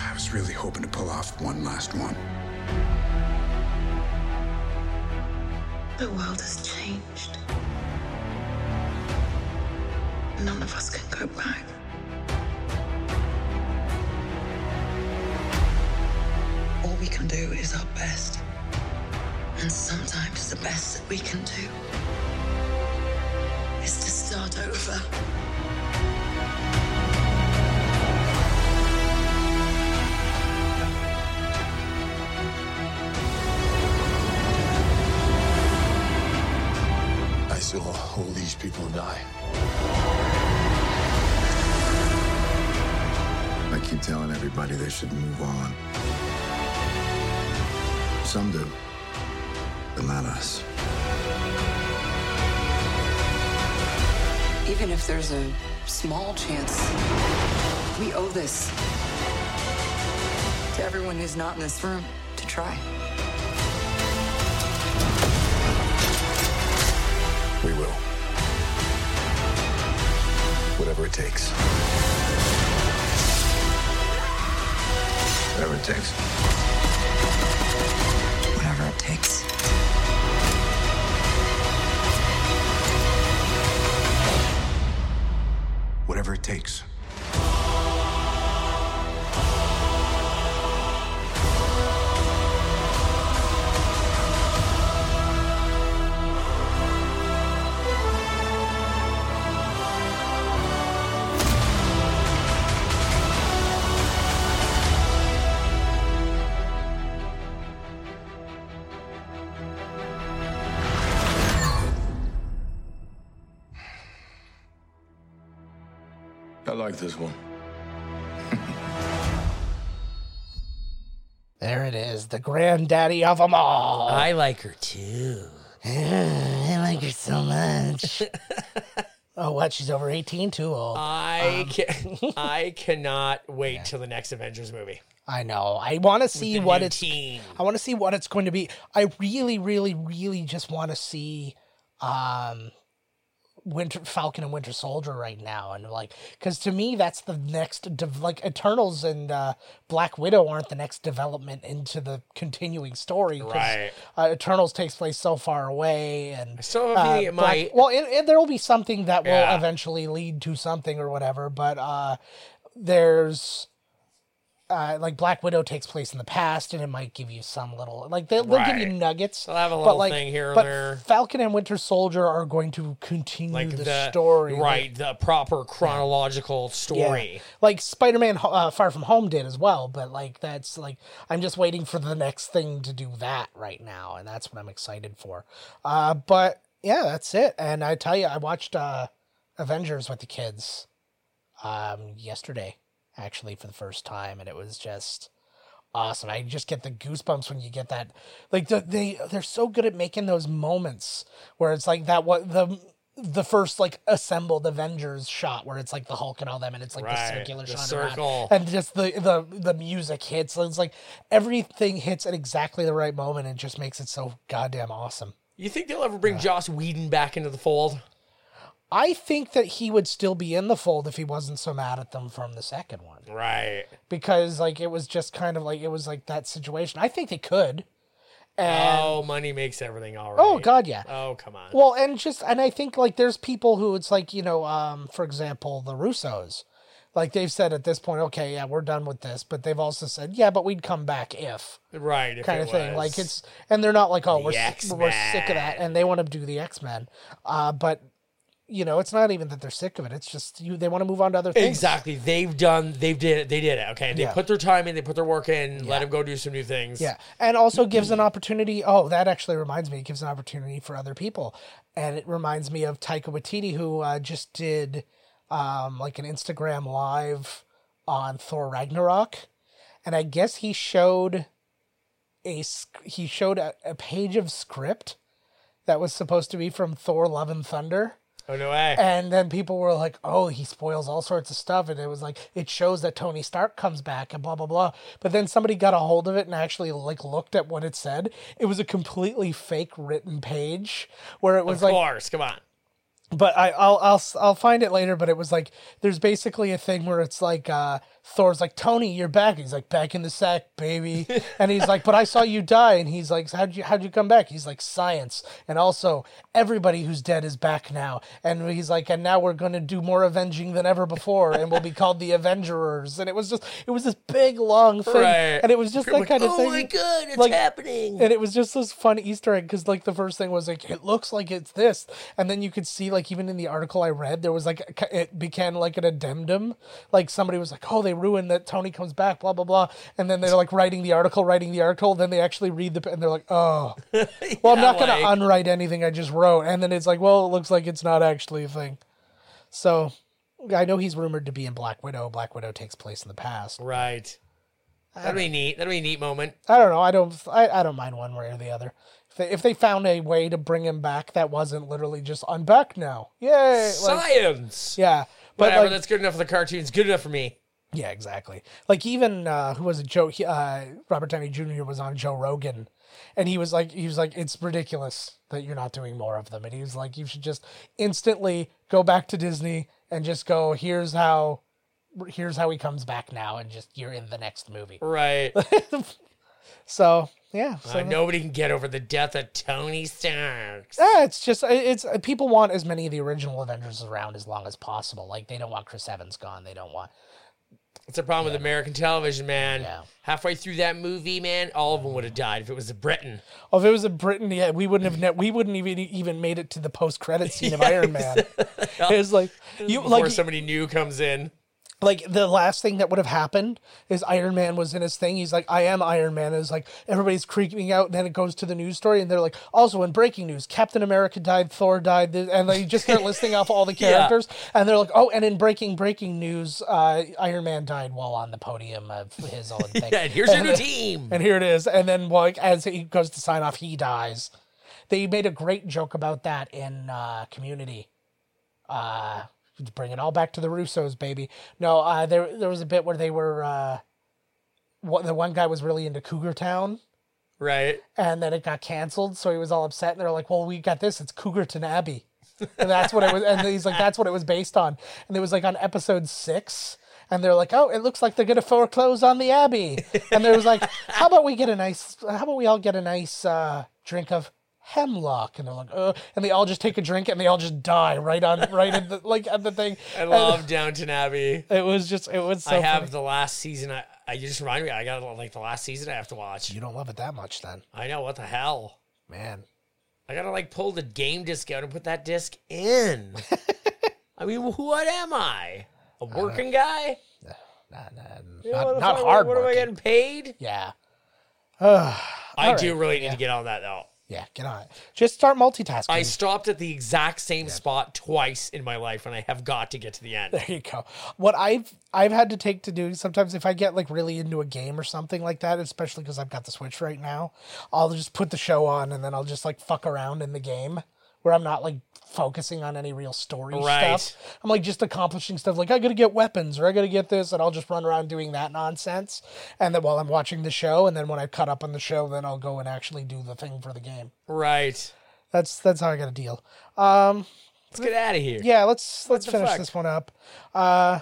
Speaker 4: I was really hoping to pull off one last one.
Speaker 5: The world has changed. None of us can go back. All we can do is our best. And sometimes the best that we can do is to start over.
Speaker 6: I saw all these people die.
Speaker 4: I keep telling everybody they should move on. Some do, but not us.
Speaker 7: Even if there's a small chance, we owe this to everyone who's not in this room to try.
Speaker 6: We will. Whatever it takes. Whatever it takes.
Speaker 7: Whatever it takes.
Speaker 4: Whatever it takes.
Speaker 6: I like this one.
Speaker 2: There it is, the granddaddy of them all.
Speaker 3: I like her too.
Speaker 2: (sighs) I like her so
Speaker 3: (laughs)
Speaker 2: much. oh, what? She's over 18, too old.
Speaker 3: I
Speaker 2: Um, (laughs)
Speaker 3: can, I cannot wait till the next Avengers movie.
Speaker 2: I know. I want to see
Speaker 3: The
Speaker 2: what
Speaker 3: new
Speaker 2: it's.
Speaker 3: team.
Speaker 2: I want to see what it's going to be. I really, really, really just want to see um Winter Falcon and Winter Soldier right now, and like, because to me that's the next dev- like Eternals and uh, Black Widow aren't the next development into the continuing story. (laughs) 'cause,
Speaker 3: Right.
Speaker 2: Uh, Eternals takes place so far away, and uh,
Speaker 3: I still have a feeling it
Speaker 2: Black-
Speaker 3: might.
Speaker 2: well, it, it, there will be something that will
Speaker 3: Yeah.
Speaker 2: eventually lead to something or whatever, but uh, there's uh, like Black Widow takes place in the past, and it might give you some little like they'll, they'll give
Speaker 3: Right.
Speaker 2: you nuggets.
Speaker 3: They'll have a
Speaker 2: but,
Speaker 3: little
Speaker 2: like-
Speaker 3: thing here or
Speaker 2: but
Speaker 3: there.
Speaker 2: Falcon and Winter Soldier are going to continue
Speaker 3: like
Speaker 2: the, story, like-
Speaker 3: right? The proper chronological story.
Speaker 2: Yeah. Like Spider-Man uh, Far From Home did as well, but like that's like I'm just waiting for the next thing to do that right now and that's what I'm excited for. Uh but yeah, that's it. And I tell you I watched uh Avengers with the kids um yesterday actually for the first time and it was just awesome. I just get the goosebumps when you get that. Like the, they they're so good at making those moments where it's like that what the the first like assembled Avengers shot where it's like the Hulk and all them and it's like
Speaker 3: Right,
Speaker 2: the circular
Speaker 3: the
Speaker 2: shot around.
Speaker 3: circle.
Speaker 2: and just the the the music hits. It's like everything hits at exactly the right moment and just makes it so goddamn awesome.
Speaker 3: You think they'll ever bring Joss Whedon back into the fold?
Speaker 2: I think that he would still be in the fold if he wasn't so mad at them from the second one.
Speaker 3: Right.
Speaker 2: Because like it was just kind of like it was like that situation. I think they could. And
Speaker 3: oh, money makes everything all right.
Speaker 2: Oh God, yeah.
Speaker 3: Oh come on.
Speaker 2: Well, and just and I think like there's people who it's like you know, um, for example, the Russos, like they've said at this point, okay, yeah, we're done with this, but they've also said, yeah, but we'd come back if
Speaker 3: right. if
Speaker 2: kind
Speaker 3: it
Speaker 2: of thing. Like
Speaker 3: was.
Speaker 2: it's and they're not like, oh, we're
Speaker 3: The
Speaker 2: sick, we're sick of that,
Speaker 3: X-Men.
Speaker 2: and they want to do the X Men, uh, but you know, it's not even that they're sick of it. It's just you they want to move on to other things.
Speaker 3: exactly they've done they've did it they did it okay they
Speaker 2: Yeah.
Speaker 3: put their time in they put their work in let them go do some new things
Speaker 2: Yeah. And also gives an opportunity. Oh, that actually reminds me. It gives an opportunity for other people. And it reminds me of Taika Waititi, who uh, just did um, like an Instagram live on Thor Ragnarok. And I guess he showed a sc- he showed a, a page of script that was supposed to be from Thor Love and Thunder.
Speaker 3: oh no way
Speaker 2: And then people were like, "Oh, he spoils all sorts of stuff," and it was like it shows that Tony Stark comes back and blah blah blah. But then somebody got a hold of it and actually like looked at what it said. It was a completely fake written page where it was
Speaker 3: of
Speaker 2: like,
Speaker 3: course come on
Speaker 2: but I, I'll I'll I'll find it later. But it was like there's basically a thing where it's like uh, Thor's like Tony, you're back. He's like back in the sack, baby. and he's like, but I saw you die. And he's like, how'd you how'd you come back? He's like science. And also everybody who's dead is back now. And he's like, and now we're gonna do more avenging than ever before, and we'll be called the Avengers. And it was just it was this big long thing,
Speaker 3: Right.
Speaker 2: and it was just
Speaker 3: People
Speaker 2: that
Speaker 3: were
Speaker 2: kind of
Speaker 3: like,
Speaker 2: thing.
Speaker 3: "Oh my God, it's happening."
Speaker 2: And it was just this fun Easter egg because like the first thing was like it looks like it's this, and then you could see like even in the article I read there was like a- it became like an addendum, like somebody was like oh they ruined that Tony comes back blah blah blah, and then they're like writing the article writing the article, then they actually read the and they're like oh well I'm not gonna
Speaker 3: like-
Speaker 2: unwrite anything I just wrote, and then it's like well it looks like it's not actually a thing, so I know he's rumored to be in Black Widow. Black Widow takes place in the past.
Speaker 3: right that'd be neat that'd be a neat moment
Speaker 2: I don't know. I don't. I, I don't mind one way or the other. If they, if they found a way to bring him back that wasn't literally just I'm back now, yay! Like,
Speaker 3: science
Speaker 2: yeah, but
Speaker 3: whatever
Speaker 2: like,
Speaker 3: that's good enough for the cartoons good enough for me
Speaker 2: yeah, exactly. Like even uh, who was it? Joe he- uh, Robert Downey Jr. was on Joe Rogan, and he was like, he was like, it's ridiculous that you're not doing more of them. And he was like, you should just instantly go back to Disney and just go. Here's how, here's how he comes back now, and just you're in the next movie. (laughs)
Speaker 3: right
Speaker 2: So yeah, so
Speaker 3: Uh, nobody can get over the death of tony stark
Speaker 2: Yeah, Eh, it's just it's uh, people want as many of the original Avengers around as long as possible. Like they don't want Chris Evans gone. They don't want
Speaker 3: That's the problem with American television, man.
Speaker 2: Yeah.
Speaker 3: Halfway through that movie, man, all of them would have died if it was a Briton.
Speaker 2: Oh, if it was a Britain, yeah, we wouldn't have ne- we wouldn't even even made it to the post credit scene of Iron Man. It was like you
Speaker 3: Before
Speaker 2: like
Speaker 3: somebody new comes in.
Speaker 2: like the last thing that would have happened is Iron Man was in his thing. He's like, I am Iron Man. It's like everybody's creeping out, and then it goes to the news story, and they're like, also in breaking news, Captain America died, Thor died, th- and they just start listing off all the characters, and they're like, oh, and in breaking breaking news, uh, Iron Man died while on the podium of his own thing.
Speaker 3: And here's your
Speaker 2: (laughs)
Speaker 3: new
Speaker 2: then-
Speaker 3: team.
Speaker 2: and here it is. And then like as he goes to sign off, he dies. They made a great joke about that in uh, Community. Uh, bring it all back to the Russos, baby. No, uh, there there was a bit where they were. Uh, what the one guy was really into Cougar Town,
Speaker 3: Right.
Speaker 2: and then it got canceled, so he was all upset. And they're like, "Well, we got this. It's Cougarton Abbey." And that's what it was. And he's like, "That's what it was based on." And it was like on episode six. And they're like, "Oh, it looks like they're gonna foreclose on the Abbey." And there was like, "How about we get a nice? How about we all get a nice uh, drink of?" Hemlock, and they're like, oh, and they all just take a drink, and they all just die right on, right in the like at the thing.
Speaker 3: I love Downton Abbey.
Speaker 2: It was just, it was so.
Speaker 3: I have
Speaker 2: funny.
Speaker 3: the last season. I, I, you just remind me. I got like the last season I have to watch.
Speaker 2: You don't love it that much then.
Speaker 3: I know what the hell.
Speaker 2: Man.
Speaker 3: I gotta like pull the game disc out and put that disc
Speaker 2: (laughs)
Speaker 3: in. I mean, what am I? A working guy?
Speaker 2: Nah, nah,
Speaker 3: You know, what
Speaker 2: not
Speaker 3: if
Speaker 2: not
Speaker 3: I-
Speaker 2: hard
Speaker 3: What am I getting paid?
Speaker 2: Yeah.
Speaker 3: I
Speaker 2: All
Speaker 3: do
Speaker 2: right,
Speaker 3: really need to get on that though.
Speaker 2: Yeah, get on it. Just start multitasking. (laughs)
Speaker 3: I stopped at the exact same spot twice in my life, and I have got to get to the
Speaker 2: (laughs)
Speaker 3: end.
Speaker 2: There you go. What I've I've had to take to do sometimes if I get like really into a game or something like that, especially because I've got the Switch right now, I'll just put the show on and then I'll just like fuck around in the game where I'm not like focusing on any real story
Speaker 3: Right.
Speaker 2: stuff. I'm like just accomplishing stuff like I gotta get weapons or I gotta get this and I'll just run around doing that nonsense. And then while I'm watching the show and then when I cut up on the show, then I'll go and actually do the thing for the game.
Speaker 3: Right.
Speaker 2: That's that's how I gotta deal.
Speaker 3: Let's get out of here.
Speaker 2: Yeah, let's let's
Speaker 3: the
Speaker 2: finish
Speaker 3: fuck?
Speaker 2: this one up. Uh,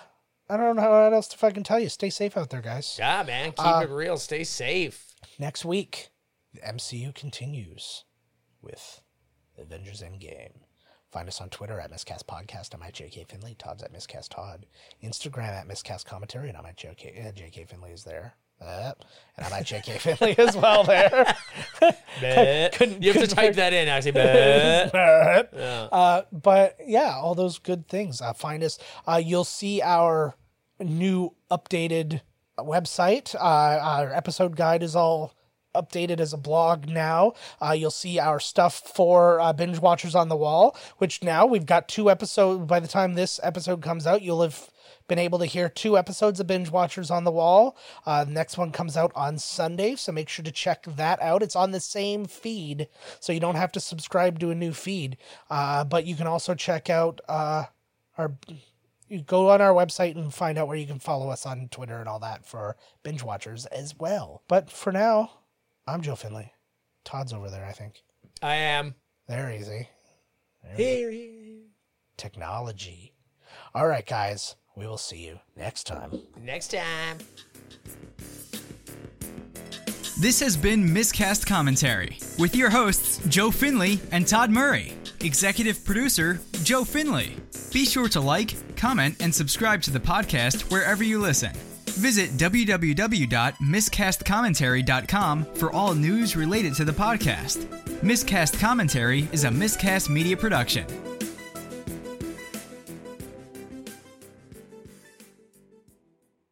Speaker 2: I don't know what else to fucking tell you. Stay safe out there, guys.
Speaker 3: Yeah, man. Keep it real. Stay (laughs) safe.
Speaker 2: Next week, the MCU continues with Avengers Endgame. Find us on Twitter at Miscast Podcast. I'm at JK Finley. Todd's at Miscast Todd. Instagram at Miscast Commentary. And I'm at JK. Uh, JK Finley is there. Uh, and I'm at JK Finley as well there.
Speaker 3: Bleh.
Speaker 2: couldn't-
Speaker 3: you have
Speaker 2: couldn't
Speaker 3: to type
Speaker 2: work.
Speaker 3: that in. I say, bleh. (laughs)
Speaker 2: Uh, but yeah, all those good things. Uh, find us. Uh, you'll see our new updated website. Uh, our episode guide is all updated as a blog now. Uh, you'll see our stuff for uh, binge watchers on the wall, which now we've got two episodes. By the time this episode comes out, you'll have been able to hear two episodes of binge watchers on the wall uh, the next one comes out on sunday so make sure to check that out it's on the same feed so you don't have to subscribe to a new feed uh, but you can also check out uh, our you go on our website and find out where you can follow us on twitter and all that for binge watchers as well but for now i'm joe finley todd's over there i think
Speaker 3: I am.
Speaker 2: they're easy
Speaker 3: Here he is.
Speaker 2: technology all right guys we will see you next time
Speaker 3: Next time.
Speaker 8: This has been Miscast Commentary with your hosts, Joe Finley and Todd Murray. Executive producer, Joe Finley. Be sure to like, comment, and subscribe to the podcast wherever you listen. Visit www.miscastcommentary.com for all news related to the podcast. Miscast Commentary is a miscast media production.